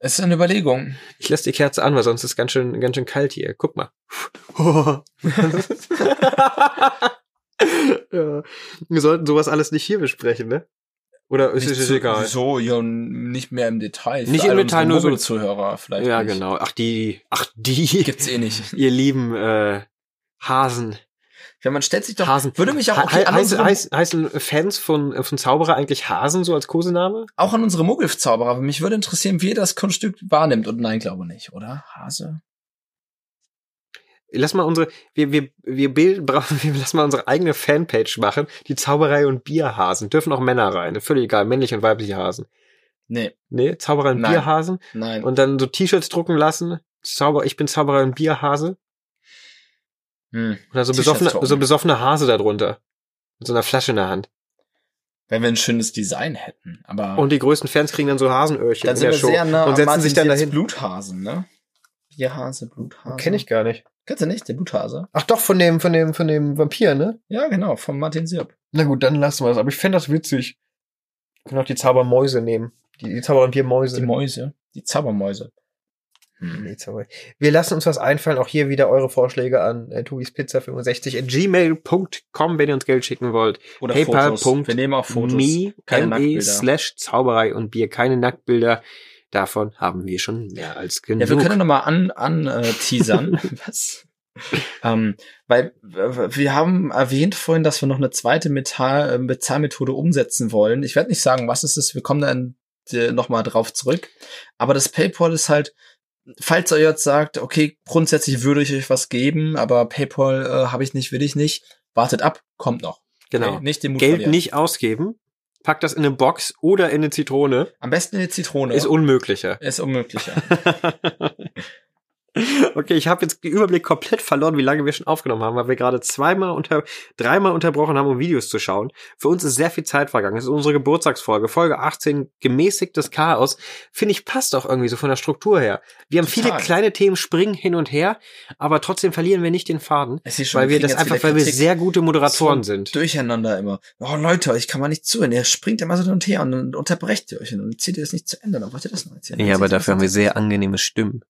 S2: Es ist eine Überlegung.
S1: Ich lasse die Kerze an, weil sonst ist ganz schön, ganz schön kalt hier. Guck mal. ja. Wir sollten sowas alles nicht hier besprechen, ne? Oder ist es
S2: Nicht
S1: ist
S2: zu-
S1: egal?
S2: So, ja, nicht mehr im Detail. Für
S1: Nicht im
S2: alle
S1: Detail,
S2: unsere
S1: nur so-
S2: Murmelzuhörer vielleicht.
S1: ja,
S2: nicht.
S1: genau. Ach, die, ach, die,
S2: Gibt's eh nicht.
S1: ihr lieben äh, Hasen.
S2: Ja, man stellt sich doch,
S1: Hasen.
S2: würde mich auch,
S1: Ha-
S2: okay, an
S1: heißen,
S2: unsere,
S1: heißen, heißen Fans von, äh, von Zauberer eigentlich Hasen so als Kosename?
S2: auch an unsere Muggelzauberer, aber mich würde interessieren, wie ihr das Kunststück wahrnimmt. Und nein, glaube nicht, oder? Hase?
S1: Lass mal unsere, wir, wir, wir bilden, bra- wir lass mal unsere eigene Fanpage machen. Die Zauberei und Bierhasen. Dürfen auch Männer rein. ne? Völlig egal, männliche und weibliche Hasen.
S2: Nee,
S1: Nee, Zauberer und
S2: Nein.
S1: Bierhasen.
S2: nein.
S1: Und dann so T-Shirts drucken lassen. Zauber, ich bin Zauberer und Bierhase.
S2: hm.
S1: Oder so
S2: T-Shirts
S1: besoffene,
S2: drucken.
S1: so besoffene Hase darunter. Mit so einer Flasche in der Hand.
S2: Wenn wir ein schönes Design hätten, aber
S1: Und die größten Fans kriegen dann so Hasenöhrchen
S2: dann
S1: in
S2: sind
S1: der
S2: wir
S1: Show.
S2: sehr nah
S1: und
S2: am
S1: setzen sich dann
S2: Martin
S1: dahin.
S2: Sees Bluthasen, ne? Bierhase, Bluthase.
S1: gar nicht.
S2: Kennst du nicht, der Bluthase?
S1: Ach doch, von dem, von dem, von dem Vampir, ne?
S2: Ja, genau, von Martin Sirp.
S1: Na gut, dann lassen wir das. Aber ich fände das witzig. Wir können auch die Zaubermäuse nehmen. Die, die Zaubervampirmäuse.
S2: Die Mäuse, die Zaubermäuse. Hm.
S1: Nee, Zauber- Wir lassen uns was einfallen. Auch hier wieder eure Vorschläge an äh, tobispizza 65 at gmail.com, wenn ihr uns Geld schicken wollt.
S2: Oder
S1: PayPal.
S2: Fotos. Wir nehmen auch Fotos.
S1: Me,
S2: keine
S1: me
S2: Nacktbilder.
S1: slash Zauberei und Bier. Keine Nacktbilder. Davon haben wir schon mehr als genug.
S2: Ja, wir können nochmal an, an äh, teasern. Was? Ähm, weil äh, wir haben erwähnt vorhin, dass wir noch eine zweite Metall, äh, Bezahlmethode umsetzen wollen. Ich werde nicht sagen, was es ist. Wir kommen dann äh, nochmal drauf zurück. Aber das PayPal ist halt, falls ihr jetzt sagt, okay, grundsätzlich würde ich euch was geben, aber PayPal äh, habe ich nicht, will ich nicht. Wartet ab, kommt noch.
S1: genau.
S2: Okay? Nicht den Mut
S1: Geld
S2: verlieren.
S1: nicht ausgeben. pack das in eine Box oder in eine Zitrone.
S2: Am besten eine Zitrone.
S1: Ist unmöglicher.
S2: ist unmöglicher.
S1: okay, ich habe jetzt den Überblick komplett verloren, wie lange wir schon aufgenommen haben, weil wir gerade zweimal unter, dreimal unterbrochen haben, um Videos zu schauen. Für uns ist sehr viel Zeit vergangen. Es ist unsere Geburtstagsfolge, Folge 18, gemäßigtes Chaos. Finde ich, passt auch irgendwie so von der Struktur her. Wir haben viele
S2: Total.
S1: kleine Themen, springen hin und her, aber trotzdem verlieren wir nicht den Faden,
S2: Es ist
S1: weil wir das
S2: kriegen jetzt
S1: einfach,
S2: wieder
S1: weil wir
S2: Kritik.
S1: sehr gute Moderatoren sind.
S2: Durcheinander immer. Oh Leute, ich kann mal nicht zuhören. Ihr springt immer so hin und her und dann unterbrecht ihr euch und dann zieht ihr das nicht zu Ende. Dann wollt ihr das noch erzählen. Dann seht ihr das noch.
S1: sehr angenehme Stimmen.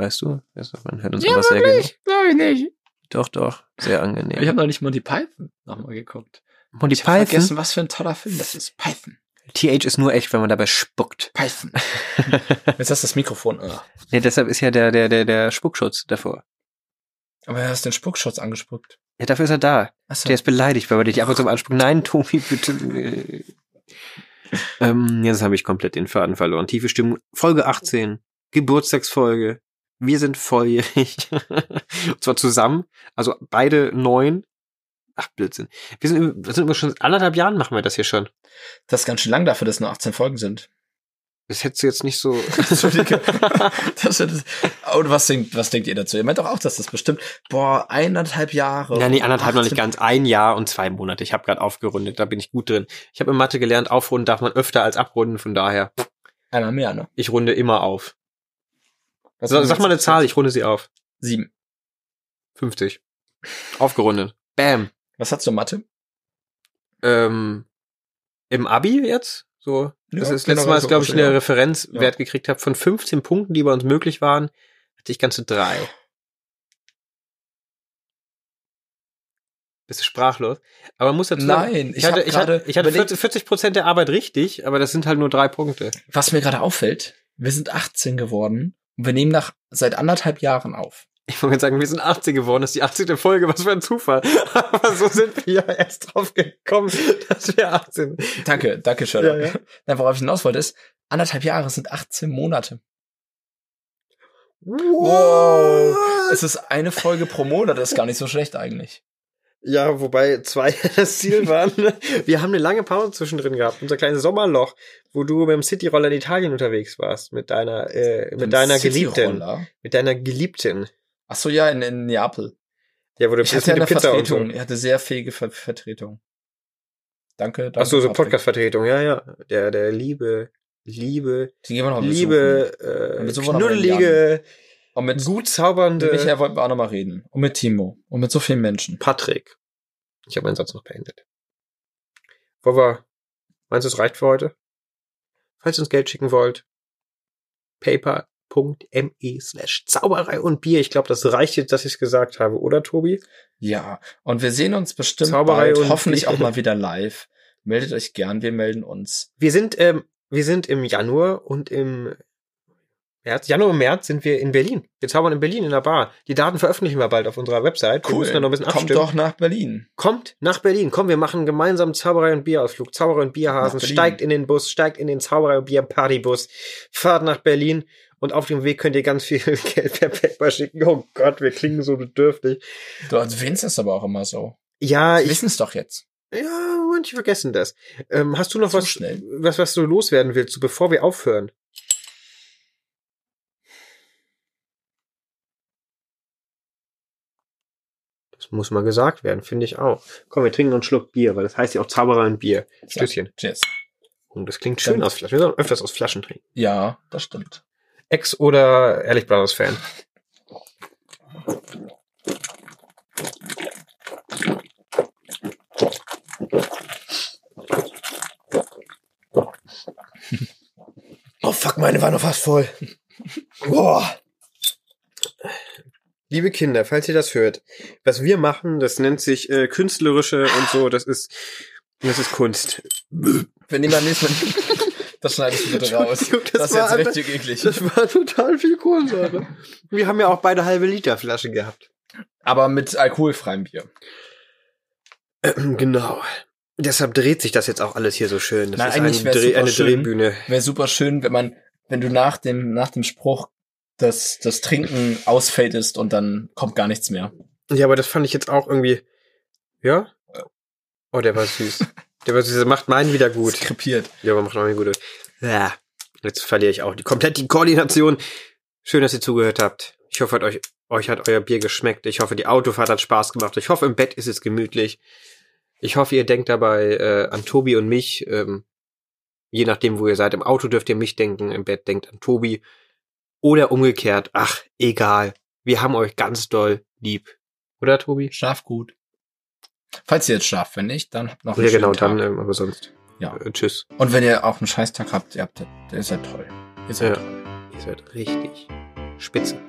S1: Weißt du? Also, Man hört uns
S2: Ja,
S1: sehr gut.
S2: Glaub ich nicht.
S1: Doch, doch, sehr angenehm.
S2: Ich habe noch nicht Monty Python nochmal geguckt.
S1: Monty
S2: Ich habe vergessen, was für ein toller Film das ist. Python.
S1: TH ist nur echt, wenn man dabei spuckt.
S2: Python. Jetzt hast du das Mikrofon. Ah.
S1: Ja, deshalb ist ja der, der, der, der Spuckschutz davor.
S2: Aber du hast den Spuckschutz angespuckt.
S1: Ja, dafür ist er da.
S2: Achso.
S1: Der ist beleidigt, weil wir dich ab und zu mal anspucken. Nein, Tobi, bitte. äh. ähm, jetzt habe ich komplett den Faden verloren. Tiefe Stimmung. Folge 18. Geburtstagsfolge. Wir sind volljährig. und zwar zusammen. Also beide neun. Ach, Blödsinn. Wir sind, im- wir sind immer schon anderthalb Jahren machen wir das hier schon.
S2: Das ist ganz schön lang dafür, dass nur 18 Folgen sind.
S1: Das hättest du jetzt nicht so.
S2: Entschuldige. das ist, und was denkt, was denkt ihr dazu? Ihr meint doch auch, dass das bestimmt, boah, eineinhalb Jahre.
S1: Ja, nee, anderthalb noch nicht
S2: 18
S1: ganz. Ein Jahr und zwei Monate. Ich habe gerade aufgerundet, da bin ich gut drin. Ich habe in Mathe gelernt, aufrunden darf man öfter als abrunden, von daher,
S2: Einmal mehr, ne?
S1: ich runde immer auf.
S2: Was
S1: Sa- Sag mal eine Zahl, ich runde sie auf.
S2: Sieben.
S1: 50. Aufgerundet. Bam.
S2: Was hast du in Mathe?
S1: Ähm, Im Abi jetzt? So. Das
S2: Ja,
S1: ist letztes Mal,
S2: generell so.
S1: glaube ich,
S2: Ja.
S1: eine Referenzwert
S2: Ja.
S1: gekriegt habe. Von 15 Punkten, die bei uns möglich waren, hatte ich ganze drei. Bist du sprachlos? Aber man muss dazu sagen,
S2: Nein,
S1: ne? Ich hatte,
S2: hab
S1: ich hatte,
S2: gerade
S1: ich hatte
S2: überlegt,
S1: 40 40 Prozent der Arbeit richtig, aber das sind halt nur drei Punkte.
S2: was mir gerade auffällt, wir sind 18 geworden und wir nehmen nach seit anderthalb Jahren auf.
S1: Ich wollte jetzt sagen, wir sind 80 geworden, das ist die 80. Folge, was für ein Zufall. Aber so sind wir ja erst drauf gekommen, dass wir 18 sind.
S2: Danke, danke schön.
S1: Ja, ja.
S2: Nein, worauf ich hinaus wollte ist, anderthalb Jahre sind 18 Monate. Wow. Es ist eine Folge pro Monat, das ist gar nicht so schlecht eigentlich.
S1: Ja, wobei zwei das Ziel waren. Wir haben eine lange Pause zwischendrin gehabt, unser kleines Sommerloch, wo du mit dem Cityroller in Italien unterwegs warst, mit deiner, äh, mit deiner Geliebten.
S2: Cityroller.
S1: Mit deiner Geliebten.
S2: Ach so, ja, in, in Neapel.
S1: Ja, wo du
S2: Ich
S1: bist
S2: hatte ja
S1: mit
S2: eine
S1: der Pizza und so.
S2: Vertretung. Ich hatte sehr fähige Ver Vertretung. Danke, danke.
S1: Ach so, so
S2: Patrick.
S1: Podcast-Vertretung, ja, ja. Der, der liebe, liebe,
S2: Die gehen wir noch mal besuchen.
S1: liebe,
S2: Dann
S1: äh,
S2: besuchen wir noch mal den
S1: knuddelige,
S2: Und mit
S1: gut
S2: mit
S1: zaubernde
S2: Michael wollten wir auch noch mal reden. Und mit Timo. Und mit so vielen Menschen.
S1: Patrick. Ich habe meinen Satz noch beendet. Wollen wir, meinst du, es reicht für heute? Falls ihr uns Geld schicken wollt, paper.me slash Zauberei und Bier. Ich glaube, das reicht jetzt, dass ich es gesagt habe, oder Tobi?
S2: Ja. Und wir sehen uns bestimmt
S1: Zauberei
S2: bald,
S1: und-
S2: hoffentlich auch mal wieder live. Meldet euch gern, wir melden uns.
S1: Wir sind, ähm, wir sind im Januar und im März, Januar und März sind wir in Berlin. Wir zaubern in Berlin in der Bar. Die Daten veröffentlichen wir bald auf unserer Website. Wir müssen da noch ein bisschen
S2: Kommt
S1: abstimmen.
S2: doch nach Berlin.
S1: Kommt nach Berlin. Komm, wir machen gemeinsam Zauberei und Bierausflug. Zauberei und Bierhasen.
S2: Nach Berlin.
S1: Steigt in den Bus, steigt in den Zauberei und Bier Partybus. Fahrt nach Berlin. Und auf dem Weg könnt ihr ganz viel Geld per PayPal schicken. Oh Gott, wir klingen so bedürftig.
S2: Du also, erwähnst es aber auch immer so.
S1: Ja,
S2: Wir
S1: Ah, ich,
S2: wissen es doch jetzt.
S1: ja, manche vergessen das. Ähm, hast du noch
S2: Zu
S1: was,
S2: schnell.
S1: was, was du loswerden willst, so bevor wir aufhören? Das muss mal gesagt werden, finde ich auch. Komm, wir trinken noch einen Schluck Bier, weil das heißt ja auch Zauberer und Bier. Stößchen.
S2: Cheers.
S1: Und das klingt schön
S2: Stimmt.
S1: aus Flaschen. Wir sollen öfters aus Flaschen trinken.
S2: Ja, das stimmt.
S1: Ex oder Ehrlich Brothers Fan.
S2: Oh fuck, meine war noch fast voll. Boah.
S1: Liebe Kinder, falls ihr das hört, was wir machen, das nennt sich äh, künstlerische und so, das ist, das ist Kunst.
S2: Wir nehmen beim nächsten Mal. Das schneidest du bitte raus.
S1: Entschuldigung, das
S2: Das, ist jetzt
S1: war einfach-
S2: richtig eklig.
S1: Das war total viel Kohlensäure. Wir haben ja auch beide halbe Liter Flaschen gehabt.
S2: Aber mit alkoholfreiem Bier.
S1: Ähm, genau. Deshalb dreht sich das jetzt auch alles hier so schön. Das
S2: Nein,
S1: ist
S2: eigentlich
S1: eine,
S2: wär's
S1: Dreh,
S2: super
S1: eine
S2: schön.
S1: Drehbühne.
S2: Wäre super schön, wenn man, wenn du nach dem, nach dem Spruch das, das Trinken ausfältest und dann kommt gar nichts mehr.
S1: Ja, aber das fand ich jetzt auch irgendwie. Ja? Oh, der war süß. Ja, aber sie macht meinen wieder gut.
S2: Skripiert.
S1: Ja, aber macht auch gut. Ja, jetzt verliere ich auch die komplett die Koordination. Schön, dass ihr zugehört habt. Ich hoffe, hat euch, euch hat euer Bier geschmeckt. Ich hoffe, die Autofahrt hat Spaß gemacht. Ich hoffe, im Bett ist es gemütlich. Ich hoffe, ihr denkt dabei äh, an Tobi und mich. Ähm, je nachdem, wo ihr seid. Im Auto dürft ihr mich denken, im Bett denkt an Tobi. Oder umgekehrt. Ach, egal. Wir haben euch ganz doll lieb. Oder, Tobi?
S2: Schlaf gut. Falls ihr jetzt schlaft, wenn nicht, dann habt noch einen
S1: Ja, genau, dann,
S2: schönen Tag.
S1: ähm, aber sonst.
S2: Ja.
S1: Äh, tschüss.
S2: Und wenn ihr auch einen Scheißtag habt, ihr habt, der ist ja toll. Ihr seid
S1: Ja.
S2: toll.
S1: Ihr seid richtig spitze.